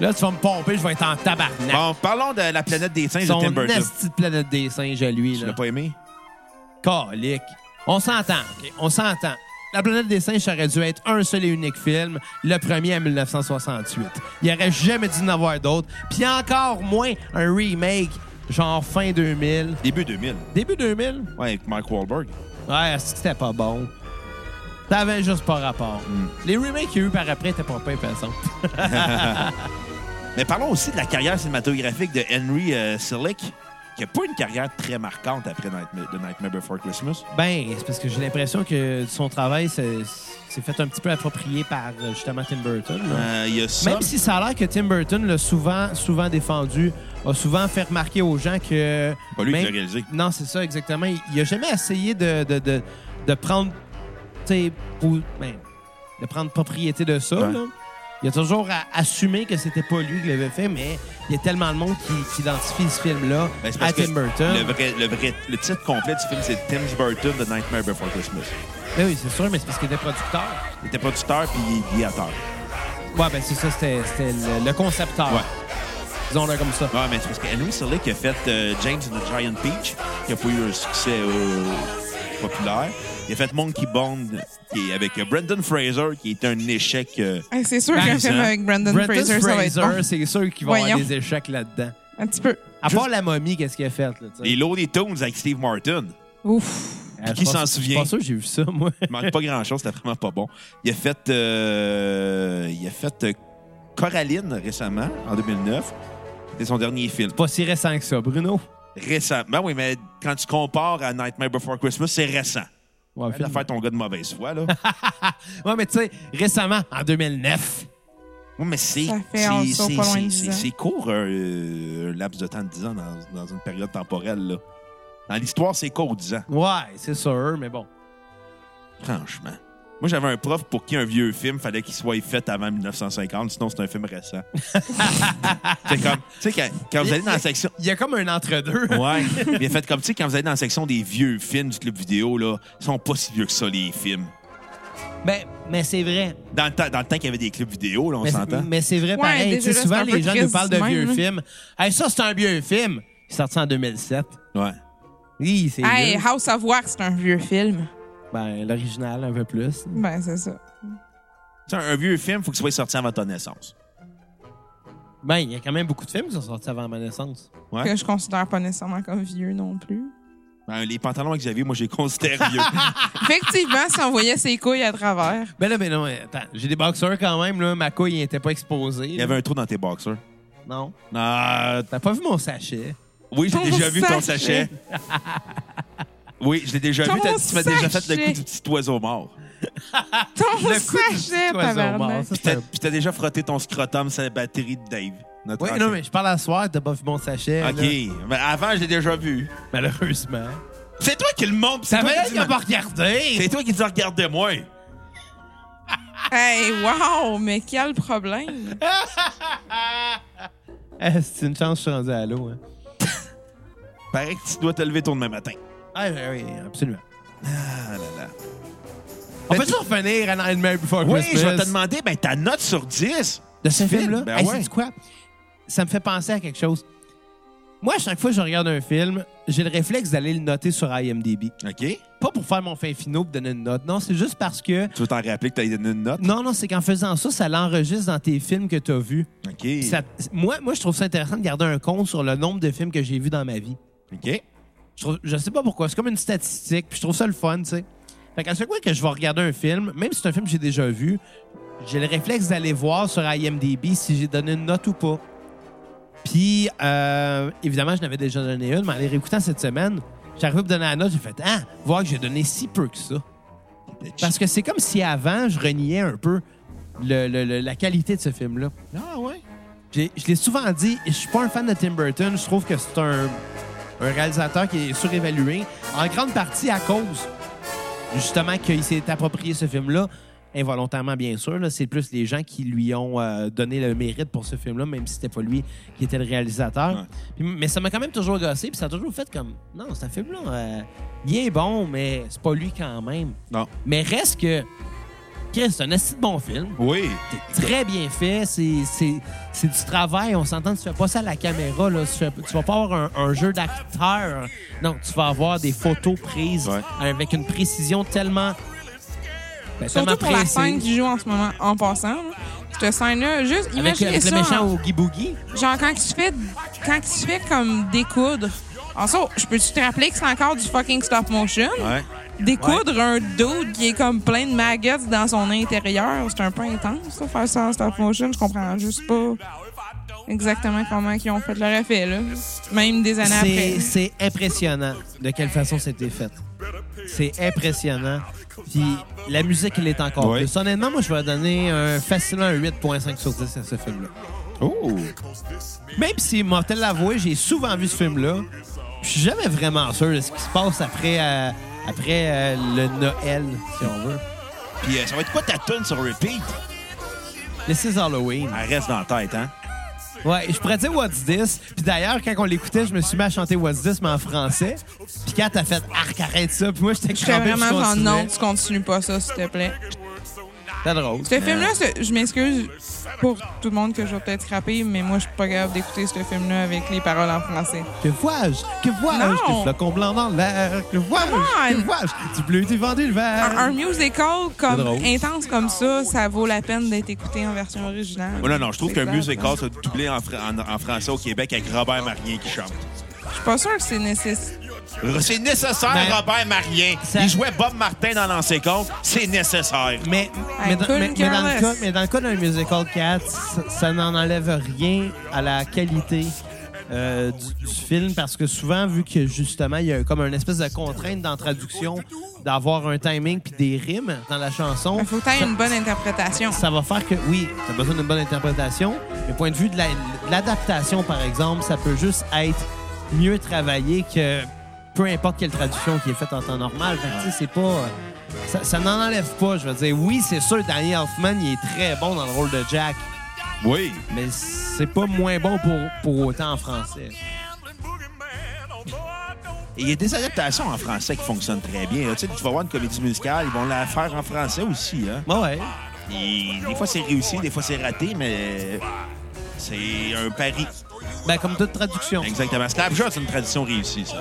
Speaker 4: Là, tu vas me pomper, je vais être en tabarnak.
Speaker 1: Bon, parlons de la planète des singes
Speaker 4: Son
Speaker 1: de Tim Burton.
Speaker 4: esti de planète des singes à lui,
Speaker 1: Tu
Speaker 4: là.
Speaker 1: l'as pas aimé?
Speaker 4: Calique. On s'entend, OK? On s'entend. La planète des singes ça aurait dû être un seul et unique film, le premier en 1968. Il aurait jamais dû en avoir d'autres, puis encore moins un remake genre fin 2000,
Speaker 1: Début 2000.
Speaker 4: début 2000.
Speaker 1: Ouais, avec Mark Wahlberg.
Speaker 4: Ouais, c'est que c'était pas bon. T'avais juste pas rapport.
Speaker 1: Hmm.
Speaker 4: Les remakes qu'il y a eu par après étaient pas pires, par exemple.
Speaker 1: Mais parlons aussi de la carrière cinématographique de Henry euh, Selick, qui a pas une carrière très marquante après Nightmare, de Nightmare Before Christmas.
Speaker 4: Ben, c'est parce que j'ai l'impression que son travail s'est s'est fait un petit peu approprié par euh, justement Tim Burton. là.
Speaker 1: Euh, Il y a ça.
Speaker 4: Même si ça a l'air que Tim Burton l'a souvent, souvent défendu, a souvent fait remarquer aux gens que.
Speaker 1: Pas lui qui
Speaker 4: même-
Speaker 1: l'a réalisé.
Speaker 4: Non, c'est ça, exactement. Il- Il a jamais essayé de, de, de, de prendre. Tu sais, pou- ben, de prendre propriété de ça,
Speaker 1: Ouais.
Speaker 4: là. Il a toujours a- assumé que c'était pas lui qui l'avait fait, mais il y a tellement de monde qui, qui identifie ce film-là
Speaker 1: Ben, c'est
Speaker 4: à
Speaker 1: parce que
Speaker 4: Tim Burton.
Speaker 1: Le, vrai, le, vrai- le titre complet du film, c'est Tim Burton, The Nightmare Before Christmas.
Speaker 4: Ben oui, c'est sûr, mais c'est parce qu'il était producteur.
Speaker 1: Il était producteur puis il est guillateur.
Speaker 4: Ouais, ben c'est ça, c'était c'était le, le concepteur.
Speaker 1: Ouais.
Speaker 4: Disons-le comme ça.
Speaker 1: Ouais, mais c'est parce que Henry Selick a fait euh, James and the Giant Peach, qui a pas eu un succès euh, populaire. Il a fait Monkey Bond, qui est avec euh, Brendan Fraser, qui est un échec. euh,
Speaker 5: Hey, Ah, c'est sûr
Speaker 4: Ben,
Speaker 5: qu'un
Speaker 1: ça.
Speaker 5: film avec Brandon
Speaker 4: Brendan
Speaker 5: Fraser, ça va être bon.
Speaker 4: c'est sûr qu'il va y avoir
Speaker 5: Voyons.
Speaker 4: des échecs là-dedans.
Speaker 5: Un petit peu.
Speaker 4: À part la momie, qu'est-ce qu'il a fait? Là, tu sais?
Speaker 1: les Looney Tunes avec Steve Martin.
Speaker 5: Ouf.
Speaker 4: Ah, je
Speaker 1: qui
Speaker 4: pense-
Speaker 1: s'en
Speaker 4: Je suis
Speaker 1: souvient?
Speaker 4: pas sûr que j'ai vu ça,
Speaker 1: <laughs>
Speaker 4: moi. <laughs>
Speaker 1: Il manque pas grand-chose, c'était vraiment pas bon. Il a fait, euh, il a fait euh, Coraline récemment, en 2009. C'était son dernier film.
Speaker 4: Pas si récent que ça, Bruno.
Speaker 1: Récemment, oui, mais quand tu compares à Nightmare Before Christmas, c'est récent.
Speaker 4: Ouais,
Speaker 5: Ben,
Speaker 1: Fais
Speaker 4: film.
Speaker 1: faire ton gars de mauvaise foi, là.
Speaker 4: Ouais, mais tu sais, récemment, en 2009.
Speaker 1: Oui, mais c'est
Speaker 5: Ça fait,
Speaker 1: c'est-
Speaker 5: on se sauve
Speaker 1: c'est-
Speaker 5: pas loin de
Speaker 1: c'est-
Speaker 5: 10
Speaker 1: c'est-
Speaker 5: ans.
Speaker 1: c'est court, euh, un laps de temps de 10 ans dans, dans une période temporelle. Là. Dans l'histoire, c'est court, 10 ans,
Speaker 4: Ouais, c'est sûr, mais bon.
Speaker 1: franchement. Moi, j'avais un prof pour qui un vieux film, fallait qu'il soit fait avant 1950, sinon c'est un film
Speaker 4: <laughs>
Speaker 1: récent. c'est comme, tu sais, quand, quand vous allez dans la section...
Speaker 4: Il y a comme un entre-deux.
Speaker 1: <laughs> Ouais, bien fait comme, tu sais, quand vous allez dans la section des vieux films du club vidéo, là, ils sont pas si vieux que ça, les films.
Speaker 4: <laughs> Ben, mais c'est vrai.
Speaker 1: Dans le, temps- dans le temps qu'il y avait des clubs vidéo, là, on
Speaker 4: Mais,
Speaker 1: s'entend.
Speaker 4: mais c'est vrai,
Speaker 5: Ouais,
Speaker 4: pareil.
Speaker 5: déjà
Speaker 4: tu sais,
Speaker 5: là, c'est
Speaker 4: souvent,
Speaker 5: un
Speaker 4: les
Speaker 5: peu
Speaker 4: gens nous
Speaker 5: triste
Speaker 4: parlent de
Speaker 5: du même, hein.
Speaker 4: vieux
Speaker 5: là.
Speaker 4: films. Hey, ça, c'est un vieux film. Il est sorti en 2007.
Speaker 1: Ouais.
Speaker 4: Oui, c'est
Speaker 5: Hey,
Speaker 4: vieux.
Speaker 5: House of Wax, c'est un vieux film.
Speaker 4: Ben, l'original, un peu plus.
Speaker 5: Ben, c'est ça.
Speaker 1: Tu sais, un vieux film, faut qu'il soit sorti avant ta naissance.
Speaker 4: Ben, il y a quand même beaucoup de films qui sont sortis avant ma naissance.
Speaker 1: Ouais.
Speaker 5: Que je considère pas nécessairement comme vieux non plus.
Speaker 1: Ben, les pantalons que j'avais, moi, j'ai
Speaker 4: <laughs>
Speaker 1: considéré vieux.
Speaker 5: Effectivement, <laughs> si on voyait ses couilles à travers.
Speaker 4: Ben là, ben non, attends. J'ai des boxeurs quand même, là. Ma couille n'était pas exposée.
Speaker 1: Il y avait un trou dans tes boxers.
Speaker 4: Non.
Speaker 1: Ah,
Speaker 4: T'as pas vu mon sachet?
Speaker 1: oui, j'ai
Speaker 5: Ton
Speaker 1: déjà vu ton
Speaker 5: sachet.
Speaker 1: sachet. Oui, je l'ai déjà
Speaker 5: Ton
Speaker 1: vu. T'as- Tu m'as déjà fait le
Speaker 5: sachet.
Speaker 1: coup du petit oiseau mort.
Speaker 5: Ton
Speaker 4: Le coup du
Speaker 5: sachet,
Speaker 4: petit oiseau mort,
Speaker 5: tabarnak.
Speaker 4: ça,
Speaker 1: Puis
Speaker 4: c'est
Speaker 1: t'as
Speaker 4: un-
Speaker 1: puis t'as déjà frotté ton scrotum sur la batterie de Dave. notre
Speaker 4: Oui,
Speaker 1: ancien.
Speaker 4: non, mais je parle à soir, t'as pas vu mon sachet. là.
Speaker 1: OK. Mais avant, je l'ai déjà vu.
Speaker 4: Malheureusement.
Speaker 1: C'est toi qui le montre. C'est
Speaker 4: Ça
Speaker 1: toi
Speaker 4: va
Speaker 1: qui
Speaker 4: qu'il
Speaker 1: dis-
Speaker 4: a pas regardé!
Speaker 1: C'est toi qui dis regardez-moi.
Speaker 5: Hey, wow, mais quel problème.
Speaker 4: Ah, C'est une chance, je suis rendu à l'eau. Hein.
Speaker 1: Paraît que tu dois te lever tôt demain matin.
Speaker 4: Ah, oui, oui, absolument.
Speaker 1: Ah là là.
Speaker 4: On peut toujours revenir à Nightmare Before
Speaker 1: Ben, Oui,
Speaker 4: Christmas?
Speaker 1: je vais te demander, ben, ta note sur 10.
Speaker 4: De ce film-là?
Speaker 1: Ben
Speaker 4: Hey,
Speaker 1: ouais.
Speaker 4: sais-tu quoi? Ça me fait penser à quelque chose. Moi, à chaque fois que je regarde un film, j'ai le réflexe d'aller le noter sur IMDb.
Speaker 1: OK. Tu
Speaker 4: Pas pour faire mon fin finot et donner une note. Non, c'est juste parce que...
Speaker 1: veux t'en rappeler que t'as donné une note?
Speaker 4: Non, non, c'est qu'en faisant ça, ça l'enregistre dans tes films que t'as vus.
Speaker 1: OK.
Speaker 4: Puis ça- moi, moi, je trouve ça intéressant de garder un compte sur le nombre de films que j'ai vus dans ma vie.
Speaker 1: OK.
Speaker 4: Je, trouve- je sais pas pourquoi. C'est comme une statistique. Puis je trouve ça le fun, tu sais. Fait qu'à chaque fois que je vais regarder un film, même si c'est un film que j'ai déjà vu, j'ai le réflexe d'aller voir sur IMDb si j'ai donné une note ou pas. Puis, euh, évidemment, je n'avais déjà donné une, mais en les réécoutant cette semaine, j'arrivais à me donner la note, j'ai fait Ah, voir que j'ai donné si peu que ça. Parce que c'est comme si avant, je reniais un peu le- le- le- la qualité de ce film-là.
Speaker 1: Ah ouais?
Speaker 4: J'ai- je l'ai souvent dit, je suis pas un fan de Tim Burton. Je trouve que c'est un, un réalisateur qui est surévalué, en grande partie à cause, justement, qu'il s'est approprié ce film-là, involontairement, bien sûr. là. C'est plus les gens qui lui ont euh, donné le mérite pour ce film-là, même si c'était pas lui qui était le réalisateur.
Speaker 1: Ouais.
Speaker 4: Puis- mais ça m'a quand même toujours gossé, puis ça a toujours fait comme, non, c'est un film-là, euh, il est bon, mais c'est pas lui quand même.
Speaker 1: Non.
Speaker 4: Mais reste que, Chris, c'est un assez bon film
Speaker 1: Oui.
Speaker 4: très bien fait. C'est, c'est, c'est du travail. On s'entend, tu fais pas ça à la caméra. Là. Tu, fais- tu vas pas avoir un, un jeu d'acteur. Non, tu vas avoir des photos prises
Speaker 1: Ouais.
Speaker 4: avec une précision tellement. ben, tellement
Speaker 5: Surtout pour la
Speaker 4: précise.
Speaker 5: scène qui joue en ce moment, en passant. là. Cette scène-là, juste
Speaker 4: Avec,
Speaker 5: imaginez
Speaker 4: avec
Speaker 5: ça.
Speaker 4: le méchant
Speaker 5: en-
Speaker 4: au Gibougi.
Speaker 5: Genre, quand tu fais, quand tu fais comme découdre. En soi, je peux-tu te rappeler que c'est encore du fucking stop motion?
Speaker 1: Ouais.
Speaker 5: Découdre un dude qui est comme plein de maggots dans son intérieur, c'est un peu intense, ça, faire ça en stop motion. Je comprends juste pas exactement comment ils ont fait leur effet, là. Même des années
Speaker 4: C'est,
Speaker 5: après.
Speaker 4: c'est impressionnant de quelle façon c'était fait. C'est impressionnant. Puis la musique, elle est encore
Speaker 1: Ouais.
Speaker 4: plus. Honnêtement, moi, je vais donner un facilement un 8.5 sur 10 à ce film-là.
Speaker 1: Oh!
Speaker 4: Même si, mortel l'avouer, j'ai souvent vu ce film-là. Je suis jamais vraiment sûr de ce qui se passe après, euh, après euh, le Noël, si on veut.
Speaker 1: Puis euh, ça va être quoi ta tune sur repeat?
Speaker 4: This is Halloween.
Speaker 1: Elle reste dans la tête, hein?
Speaker 4: Ouais, je pourrais dire What's This. Puis d'ailleurs, quand on l'écoutait, je me suis mis à chanter What's This, mais en français. Puis quand t'as fait Arc, arrête ça. Puis moi, j'étais
Speaker 5: J'étais
Speaker 4: crampé, puis
Speaker 5: vraiment
Speaker 4: je
Speaker 5: genre,
Speaker 4: continuais.
Speaker 5: non, tu continues pas ça, s'il te plaît.
Speaker 4: C'était drôle.
Speaker 5: Ce film-là, c'est- je m'excuse pour tout le monde que je vais peut-être frapper, mais moi, je suis pas capable d'écouter ce film-là avec les paroles en français.
Speaker 4: Que vois-je? Que vois-je?
Speaker 5: Non.
Speaker 4: Des flocons blancs dans l'air. Que vois-je? Que
Speaker 5: Come on.
Speaker 4: vois-je? Du bleu, du vent, du
Speaker 5: Un,
Speaker 4: vert.
Speaker 5: un musical comme
Speaker 4: drôle.
Speaker 5: intense comme ça, ça vaut la peine d'être écouté en version originale.
Speaker 1: Oh non, non, je trouve
Speaker 5: C'est
Speaker 1: qu'un
Speaker 5: plate, hein.
Speaker 1: musical se doublé en, fra- en- en français au Québec avec Robert Marien qui chante.
Speaker 5: Je suis pas sûre que c'est nécessaire.
Speaker 1: R- C'est nécessaire,
Speaker 4: Ben,
Speaker 1: Robert Marien.
Speaker 4: ça-
Speaker 1: Il jouait Bob Martin dans l'ancien compte. C'est nécessaire.
Speaker 4: Mais, mais,
Speaker 5: I
Speaker 4: dans,
Speaker 5: couldn't
Speaker 4: mais- mais dans le
Speaker 5: care
Speaker 4: cas,
Speaker 5: less.
Speaker 4: mais dans le cas d'un musical 4, ça, ça n'en enlève rien à la qualité euh, du, du film parce que souvent, vu que justement, il y a comme une espèce de contrainte dans la traduction d'avoir un timing puis des rimes dans la chanson,
Speaker 5: Il faut que tu aies une bonne interprétation.
Speaker 4: ça va faire que, oui, tu as besoin d'une bonne interprétation, mais point de vue de la- de l'adaptation, par exemple, ça peut juste être mieux travaillé que peu importe quelle traduction qui est faite en temps normal. Fait que, tu sais, c'est pas... Ça, ça n'en enlève pas, je veux dire. Oui, c'est sûr, Danny Hoffman, il est très bon dans le rôle de Jack,
Speaker 1: Oui.
Speaker 4: mais c'est pas moins bon pour, pour autant en français.
Speaker 1: Et il y a des adaptations en français qui fonctionnent très bien. là. Tu sais, tu vas voir une comédie musicale, ils vont la faire en français aussi. Hein.
Speaker 4: Ouais, Bah ouais.
Speaker 1: Et des fois, c'est réussi, des fois, c'est raté, mais c'est un pari.
Speaker 4: Ben, comme toute traduction.
Speaker 1: Exactement. Snapshot, c'est une tradition réussie, ça.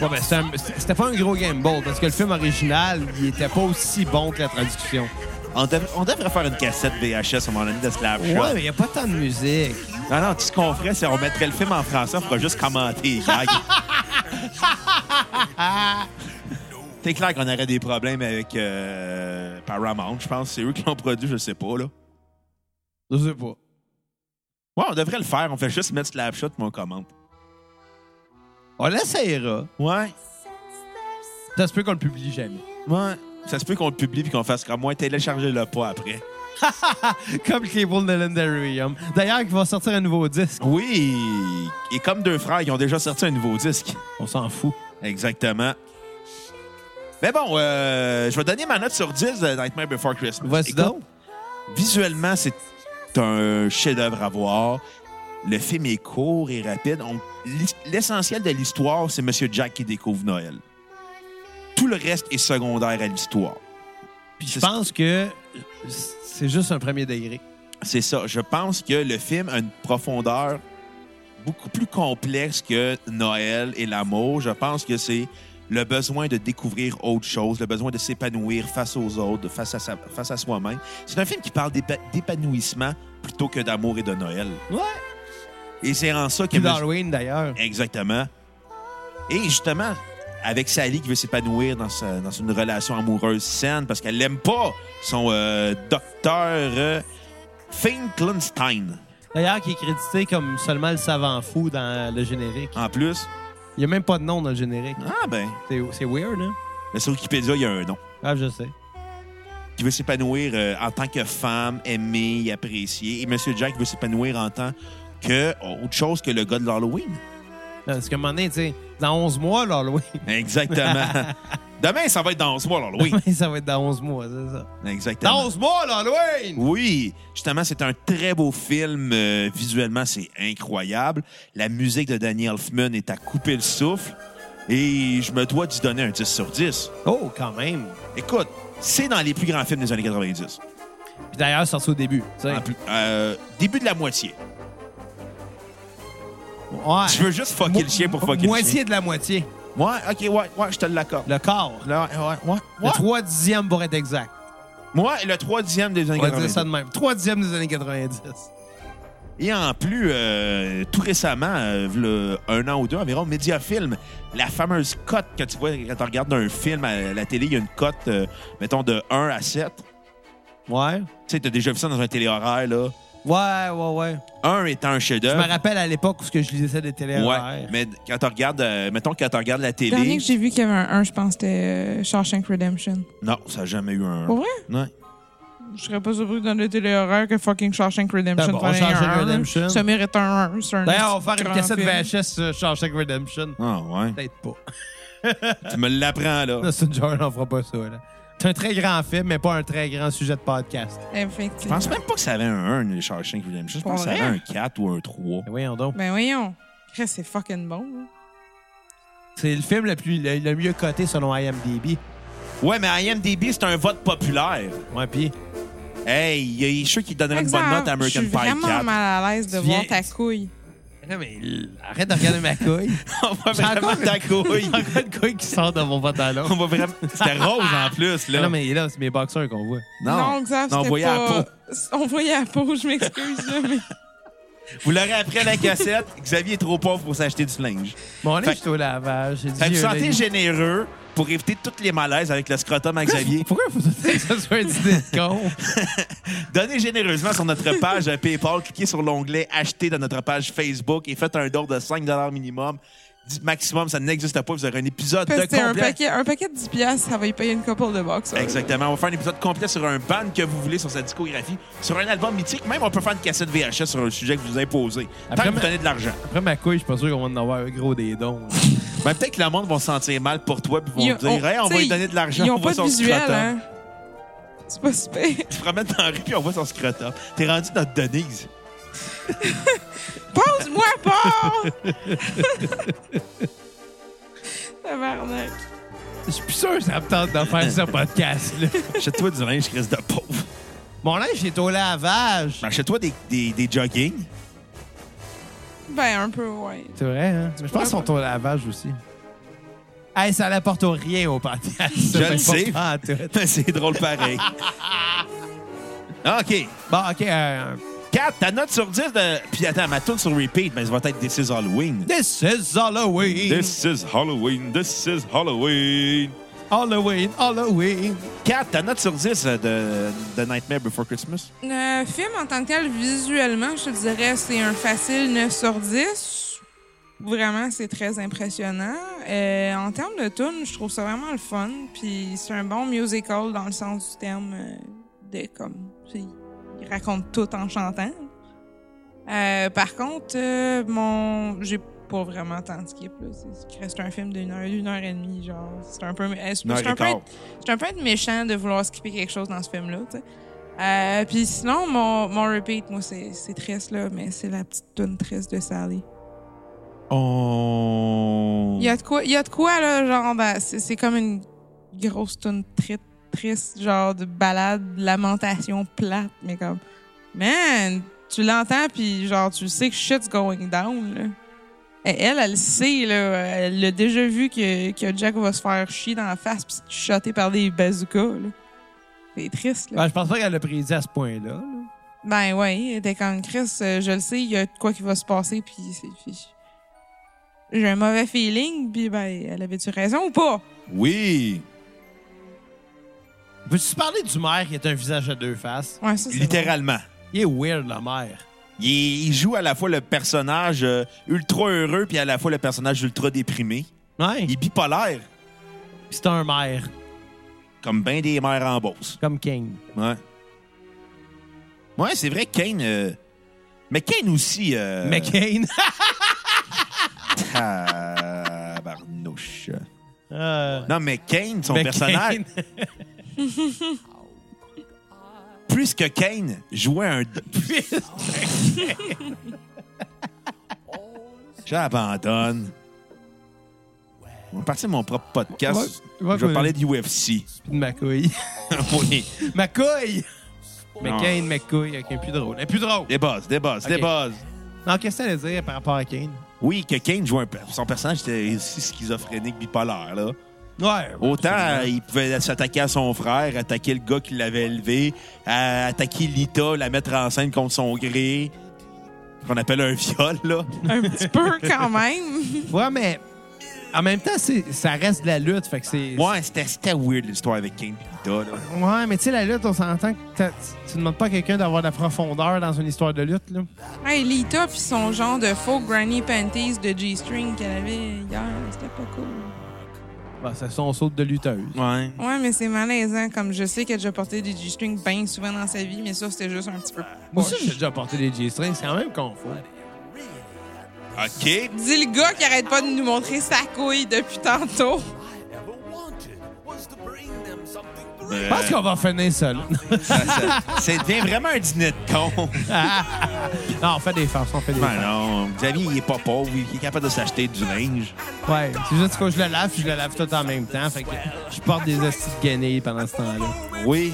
Speaker 4: Ouais, ben, c'était un- c'était pas un gros game ball, parce que le film original, il était pas aussi bon que la traduction.
Speaker 1: On, dev- on devrait faire une cassette VHS à un moment donné de Slapshot.
Speaker 4: Ouais, mais il y a pas tant de musique.
Speaker 1: Non, non, tu sais, ce qu'on ferait, c'est on mettrait le film en français, on pourrait juste commenter les
Speaker 4: <laughs>
Speaker 1: gags. C'est clair qu'on aurait des problèmes avec euh, Paramount, je pense. C'est eux qui l'ont produit, je sais pas, là.
Speaker 4: Je sais pas.
Speaker 1: Ouais, on devrait le faire. On fait juste mettre Slapshot, mais on commente.
Speaker 4: On l'essayera.
Speaker 1: Ouais,
Speaker 4: Ça se peut qu'on le
Speaker 1: <laughs>
Speaker 4: publie jamais.
Speaker 1: ouais. Ça se peut qu'on le publie puis qu'on fasse comme moi, téléchargez-le pas après.
Speaker 4: comme Cable de Lendarium. D'ailleurs, il va sortir un nouveau disque.
Speaker 1: Oui! Et comme deux frères, ils ont déjà sorti un nouveau disque.
Speaker 4: On s'en fout.
Speaker 1: Exactement. Mais bon, euh, je vais donner ma note sur 10 de Nightmare Before Christmas.
Speaker 4: Voici
Speaker 1: Écoute,
Speaker 4: donc.
Speaker 1: Visuellement, c'est un chef-d'œuvre à voir. Le film est court et rapide. On- l'hi- L'essentiel de l'histoire, c'est Monsieur Jack qui découvre Noël. Tout le reste est secondaire à l'histoire.
Speaker 4: Puis je pense que c'est juste un premier degré.
Speaker 1: C'est ça. Je pense que le film a une profondeur beaucoup plus complexe que Noël et l'amour. Je pense que c'est le besoin de découvrir autre chose, le besoin de s'épanouir face aux autres, de face à, sa- face à soi-même. C'est un film qui parle d'épa- d'épanouissement plutôt que d'amour et de Noël.
Speaker 4: Ouais.
Speaker 1: Et c'est en ça que...
Speaker 4: Puis d'Halloween, d'ailleurs.
Speaker 1: Exactement. Et justement, avec Sally qui veut s'épanouir dans, sa- dans une relation amoureuse saine parce qu'elle n'aime pas son euh, docteur euh, Finkelstein.
Speaker 4: D'ailleurs, qui est crédité comme seulement le savant fou dans le générique.
Speaker 1: En plus,
Speaker 4: Il n'y a même pas de nom dans le générique.
Speaker 1: ah ben,
Speaker 4: C'est c'est weird, hein?
Speaker 1: mais sur Wikipédia, il y a un nom.
Speaker 4: Ah, je sais.
Speaker 1: Qui veut s'épanouir euh, en tant que femme, aimée, et appréciée. Et Monsieur Jack veut s'épanouir en tant que oh, autre chose que le gars de l'Halloween.
Speaker 4: Parce qu'à un moment donné, tu sais, dans 11 mois, l'Halloween. <laughs>
Speaker 1: Exactement. Demain, ça va être dans 11 mois, l'Halloween.
Speaker 4: ça va être dans 11 mois, c'est ça.
Speaker 1: Exactement.
Speaker 4: Dans 11 mois, l'Halloween!
Speaker 1: Oui, justement, c'est un très beau film. Euh, visuellement, c'est incroyable. La musique de Danny Elfman est à couper le souffle. Et je me dois d'y donner un 10 sur 10.
Speaker 4: Oh, quand même.
Speaker 1: Écoute, c'est dans les plus grands films des années 90.
Speaker 4: Puis d'ailleurs, sorti au début. tu sais.
Speaker 1: En plus- euh, début de la moitié. <laughs>
Speaker 4: Ouais.
Speaker 1: Tu veux juste fucker le chien pour fucker
Speaker 4: Moitié de la moitié.
Speaker 1: le chien. Ouais, OK, ouais, ouais, je te l'accorde.
Speaker 4: Le quart.
Speaker 1: Le... Ouais, ouais,
Speaker 4: Le
Speaker 1: ouais.
Speaker 4: 3 dixièmes pour être exact.
Speaker 1: Moi, le troisième des années
Speaker 4: On va dire
Speaker 1: 90.
Speaker 4: ça de même. 3 dixièmes des années 90.
Speaker 1: Et en plus, euh, tout récemment, euh, v'là un an ou deux environ, Mediafilm, la fameuse cote que tu vois quand tu regardes un film à la télé, il y a une cote, euh, mettons, de 1 à 7. Tu
Speaker 4: Ouais.
Speaker 1: sais, t'as déjà vu ça dans un téléhoraire, là.
Speaker 4: Ouais, ouais, ouais.
Speaker 1: 1 étant un
Speaker 4: Je me
Speaker 1: chef-d'œuvre.
Speaker 4: rappelle à l'époque où ce que je lisais des télé
Speaker 1: Euh. Ouais, mais quand tu regardes, euh, mettons, quand tu regardes la
Speaker 5: Le dernier
Speaker 1: télé.
Speaker 5: que j'ai vu qu'il y avait un, un, je pense, c'était euh, Shawshank Redemption.
Speaker 1: Non, ça n'a jamais eu un.
Speaker 5: Pour vrai?
Speaker 1: Ouais.
Speaker 5: Je serais pas surpris dans le télé-horreur que fucking Shawshank Redemption
Speaker 4: Ben bon,
Speaker 5: prenait
Speaker 4: Shawshank
Speaker 5: un un,
Speaker 4: Redemption.
Speaker 5: là. Ça mérite un 1. c'est un
Speaker 4: D'ailleurs, on va faire
Speaker 5: grand
Speaker 4: une cassette
Speaker 5: film.
Speaker 4: VHS sur Shawshank Redemption.
Speaker 1: Ah, ouais.
Speaker 4: Peut-être pas. <laughs>
Speaker 1: Tu me l'apprends, là.
Speaker 4: Dustin Jordan, on fera pas ça, là. C'est un très grand film, mais pas un très grand sujet de podcast.
Speaker 1: Je
Speaker 5: Effectivement.
Speaker 1: pense même pas que ça avait un 1, les Shawshank Redemption. Je pense que ça
Speaker 5: Pour
Speaker 1: avait
Speaker 5: vrai?
Speaker 1: un 4 ou un 3.
Speaker 4: Mais voyons donc.
Speaker 5: Ben voyons. Chris, c'est fucking bon. hein. là.
Speaker 4: C'est le film le, plus, le, le mieux coté selon IMDb.
Speaker 1: Ouais, mais IMDb, c'est un vote populaire.
Speaker 4: Ouais, puis
Speaker 1: Hey, il y a ceux qui donneraient une bonne
Speaker 5: Exemple,
Speaker 1: note à American
Speaker 5: Je suis
Speaker 1: Pie 4.
Speaker 5: vraiment mal à l'aise de
Speaker 4: Tu
Speaker 5: voir
Speaker 4: viens-
Speaker 5: ta couille.
Speaker 4: Non, mais l- arrête de regarder ma couille.
Speaker 1: <laughs> On voit
Speaker 4: J'ai
Speaker 1: vraiment
Speaker 4: encore-
Speaker 1: ta couille.
Speaker 4: <laughs> J'ai encore une couille qui sort de mon
Speaker 1: On
Speaker 4: pantalon.
Speaker 1: voit
Speaker 5: <laughs>
Speaker 1: vraiment... C'était rose en plus, là.
Speaker 4: non, mais là, c'est mes boxeurs qu'on voit.
Speaker 5: Non, Xav,
Speaker 1: non, on
Speaker 5: c'était
Speaker 1: voyait la
Speaker 5: pas...
Speaker 1: peau.
Speaker 5: On voyait la peau, je m'excuse, là,
Speaker 1: <laughs>
Speaker 5: mais...
Speaker 1: Vous l'aurez après à la
Speaker 5: <laughs>
Speaker 1: cassette. Xavier est trop pauvre pour s'acheter du flingue.
Speaker 4: Mon
Speaker 1: Fait-
Speaker 4: linge est au lavage. J'ai dit,
Speaker 1: Fait que vous
Speaker 4: j'ai un
Speaker 1: sentez
Speaker 4: ami-
Speaker 1: généreux pour éviter tous les malaises avec le scrotum à Xavier.
Speaker 4: Pourquoi il faut que ça soit un petit décompte?
Speaker 1: Donnez généreusement sur notre page euh, PayPal. Cliquez sur l'onglet Acheter dans notre page Facebook et faites un don de 5 minimum. Dites maximum, ça n'existe pas. Vous aurez un épisode
Speaker 5: Parce
Speaker 1: de
Speaker 5: que c'est un
Speaker 1: complet.
Speaker 5: paquet, un paquet de 10 piastres, ça va y payer une couple de hein. box. ça.
Speaker 1: Exactement. On va faire un épisode complet sur un band que vous voulez, sur sa discographie, sur un album mythique. Même on peut faire une cassette VHS sur un sujet que vous imposez. Tant
Speaker 4: Après,
Speaker 1: que vous donnez de l'argent.
Speaker 4: Après ma couille, je suis pas sûr qu'on va en avoir un gros des dons.
Speaker 1: Ben, peut-être que le monde va se sentir mal pour toi puis
Speaker 5: Ils
Speaker 1: vont
Speaker 5: ont-
Speaker 1: te dire Hey, on
Speaker 5: t'sais,
Speaker 1: va lui donner de l'argent,
Speaker 5: Ils
Speaker 1: on
Speaker 5: ont
Speaker 1: voit
Speaker 5: pas de
Speaker 1: son
Speaker 5: visuel,
Speaker 1: scrotum.
Speaker 5: hein. C'est pas super.
Speaker 1: Tu te promènes dans la rue puis on voit son scrotum. T'es rendu notre Denise.
Speaker 5: <laughs> Pose-moi
Speaker 1: <laughs>
Speaker 5: pas! Tabarnak.
Speaker 4: Je suis plus sûr que ça me tente de faire ce podcast-là.
Speaker 1: Achète-toi du linge, Chris de pauvre.
Speaker 4: Mon linge est au lavage.
Speaker 1: Achète-toi des, des, des jogging.
Speaker 5: Ben, un peu, ouais.
Speaker 4: C'est vrai, hein? Mais je pense qu'ils sont au lavage aussi. Hey, ça n'apporte rien au podcast.
Speaker 1: Je
Speaker 4: Même
Speaker 1: le
Speaker 4: pas
Speaker 1: sais.
Speaker 4: pas en tout.
Speaker 1: <laughs> C'est drôle pareil. OK.
Speaker 4: Bon, OK. euh,
Speaker 1: 4, ta note sur 10 de. Puis attends, ma tourne sur repeat, ben, ça va être This is Halloween.
Speaker 4: this is Halloween.
Speaker 1: This is Halloween, this is Halloween.
Speaker 4: Halloween, Halloween.
Speaker 1: 4, ta note sur 10 de, de Nightmare Before Christmas.
Speaker 5: Le Euh, film, en tant que tel, visuellement, je te dirais, c'est un facile 9 sur 10. Vraiment, c'est très impressionnant. Euh, en termes de tune, je trouve ça vraiment le fun. Puis c'est un bon musical dans le sens du terme euh, de comme. tu sais, Il raconte tout en chantant. Euh, par contre, euh, mon. J'ai pas vraiment tant de skip. Là. C'est- Il reste un film d'une heure, une heure et demie, genre. C'est un peu. euh, C'est
Speaker 1: Une heure
Speaker 5: c'est
Speaker 1: et
Speaker 5: un peu
Speaker 1: quart.
Speaker 5: c'est un peu être méchant de vouloir skipper quelque chose dans ce film-là, tu sais. Euh, Puis sinon, mon, mon repeat, moi, c'est c'est triste, là, mais c'est la petite toune triste de Sally.
Speaker 1: Oh.
Speaker 5: Il y a de quoi, il y a de quoi là, genre, ben, c'est c'est comme une grosse toune tri- triste, genre de balade, lamentation plate, mais comme, man, tu l'entends, puis genre, tu sais que shit's going down, là. Et Elle, elle le sait, là, elle a déjà vu que, que Jack va se faire chier dans la face puis se shotter par des bazookas, là. C'est triste, là.
Speaker 4: Ben, je pense pas qu'elle l'a prédit à ce point-là. là.
Speaker 5: Ben ouais, elle était comme Chris, euh, je le sais, il y a de quoi qui va se passer, puis c'est- puis j'ai un mauvais feeling, puis ben, elle avait-tu raison ou pas?
Speaker 1: Oui.
Speaker 4: Veux-tu parler du maire qui est un visage à deux faces?
Speaker 5: Ouais, ça, c'est
Speaker 1: Littéralement.
Speaker 4: Il est weird, le maire.
Speaker 1: Il, il joue à la fois le personnage euh, ultra heureux puis à la fois le personnage ultra déprimé.
Speaker 4: Ouais.
Speaker 1: Il est bipolaire,
Speaker 4: C'est un maire,
Speaker 1: comme bien des mères en bourse.
Speaker 4: comme King.
Speaker 1: Ouais. Ouais, c'est vrai que Kane. euh, Mais Kane aussi. Euh...
Speaker 4: McCain.
Speaker 1: <laughs>
Speaker 4: <laughs>
Speaker 1: Tabarnouche.
Speaker 4: Euh,
Speaker 1: Non, mais Kane, son
Speaker 4: McCain. <laughs>
Speaker 1: personnage. Plus que Kane, jouait un. J'abandonne. On va partir de mon propre podcast.
Speaker 4: Ouais, ouais,
Speaker 1: Je vais
Speaker 4: ouais.
Speaker 1: parler de UFC.
Speaker 4: de ma couille.
Speaker 1: <laughs> oui.
Speaker 4: ma couille!
Speaker 1: Non.
Speaker 4: McCain, McCouille, ok, plus drôle. Un plus drôle.
Speaker 1: Des buzz, des buzz, des
Speaker 4: Ok.
Speaker 1: buzz.
Speaker 4: Non, qu'est-ce que ça allait dire par rapport à Kane?
Speaker 1: Oui, que Kane jouait un. pe- Son personnage était aussi schizophrénique, bipolaire, là.
Speaker 4: Ouais.
Speaker 1: Autant euh, il pouvait s'attaquer à son frère, attaquer le gars qui l'avait élevé, à- attaquer Lita, la mettre en scène contre son gré, qu'on appelle un <laughs> viol, là.
Speaker 5: un petit peu quand même. <laughs>
Speaker 4: Ouais, mais en même temps, c'est- ça reste de la lutte. Fait que c'est.
Speaker 1: Ouais, c'était c'était weird l'histoire avec Kane et Lita, là.
Speaker 4: Ouais, mais tu sais, la lutte, on s'entend que t'as- tu demandes pas à quelqu'un d'avoir de la profondeur dans une histoire de lutte. Là.
Speaker 5: hey, Lita, puis son genre de faux granny panties de G-string qu'elle avait hier, c'était pas cool.
Speaker 4: Bah, c'est son saut de lutteuse.
Speaker 1: Ouais.
Speaker 5: Ouais, mais c'est malaisant, comme je sais qu'elle a déjà porté des G-strings bien souvent dans sa vie, mais ça, c'était juste un petit peu.
Speaker 4: Moi aussi, j'ai déjà porté des G-strings. C'est quand même confort.
Speaker 1: OK.
Speaker 5: Dis le gars qui arrête pas de nous montrer sa couille depuis tantôt. <laughs>
Speaker 1: Euh, Ben,
Speaker 4: Je pense qu'on va finir ça. là.
Speaker 1: ça- ça- ça devient vraiment un dîner de con.
Speaker 4: non, on fait des farces. On fait
Speaker 1: <laughs>
Speaker 4: des
Speaker 1: Ben
Speaker 4: farces.
Speaker 1: non, Xavier, il est pas pauvre, il est capable de s'acheter du linge.
Speaker 4: Ouais, c'est juste que je le lave puis je le lave tout en même temps. Fait que je porte des hosties de guenilles pendant ce temps-là.
Speaker 1: Oui.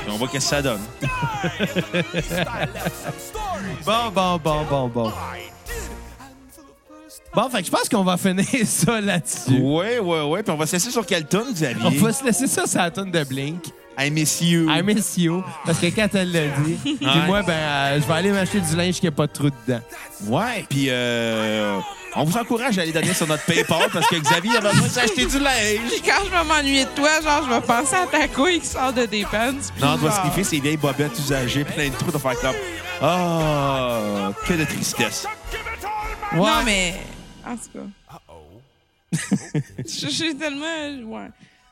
Speaker 1: Puis on voit qu'est-ce que ça donne.
Speaker 4: <laughs> Bon, bon, bon, bon, bon. Bon, fait que je pense qu'on va finir <laughs> ça là-dessus.
Speaker 1: Ouais, ouais, ouais. Puis on va se laisser sur quelle tune, Xavier?
Speaker 4: On va se laisser ça sur la toune de Blink.
Speaker 1: I miss you.
Speaker 4: I miss you. Parce que quand elle l'a
Speaker 1: <laughs>
Speaker 4: dit, puis moi, ben, euh, je vais aller m'acheter du linge qui n'a pas de trou dedans.
Speaker 1: Ouais, puis euh, on vous encourage à aller donner sur notre PayPal parce que Xavier il a besoin de s'acheter du linge.
Speaker 5: Puis quand je vais m'ennuyer de toi, genre, je vais penser à ta couille qui sort de tes pants. puis
Speaker 1: Non, on doit se
Speaker 5: genre-
Speaker 1: kiffer ces vieilles bobettes usagées, plein de trous de faire comme. Ah, que de tristesse.
Speaker 4: Ouais.
Speaker 5: Non, mais. En tout cas. <laughs> Je suis tellement. Ouais.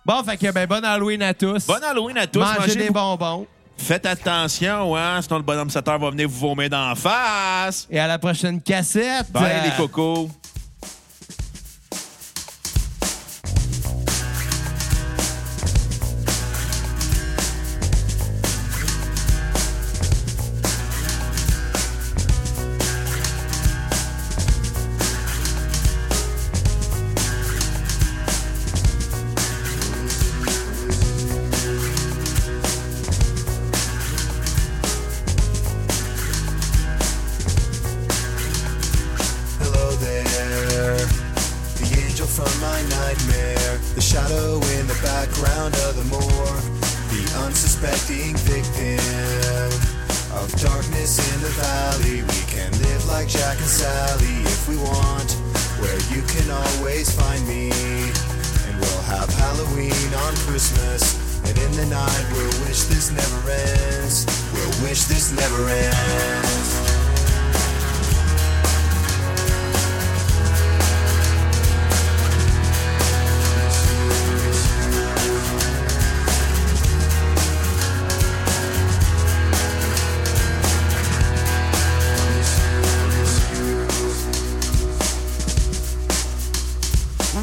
Speaker 4: Bon, fait que, ben, bon Halloween à tous.
Speaker 1: Bon Halloween à tous.
Speaker 4: Mangez,
Speaker 1: Mangez
Speaker 4: des
Speaker 1: beaucoup.
Speaker 4: bonbons.
Speaker 1: Faites attention, hein, sinon le bonhomme Sateur va venir vous vomir d'en face.
Speaker 4: Et à la prochaine cassette.
Speaker 1: Bye,
Speaker 4: Euh,
Speaker 1: les cocos.
Speaker 6: Hello there. The angel from my nightmare. The shadow in the background of the moor. The unsuspecting victim of darkness in the valley. We can live like Jack and Sally if we want. Where you can always find me. And we'll have Halloween on Christmas. And in the night, we'll wish this never ends. We'll wish this never ends.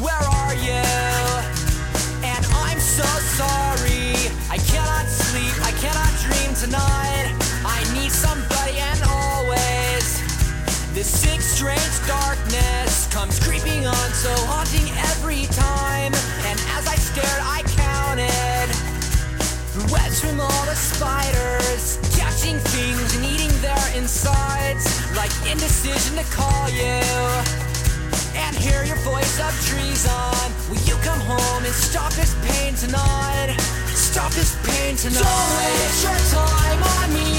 Speaker 7: Where are you? And I'm so sorry. I cannot sleep, I cannot dream tonight. I need somebody and always. This sick, strange darkness comes creeping on, so haunting every time. And as I stared, I counted webs from all the spiders, catching things and eating their insides. Like indecision to call you and hear your voice of treason. Will you come home and stop this pain tonight? Stop this pain tonight. Don't waste your time on me.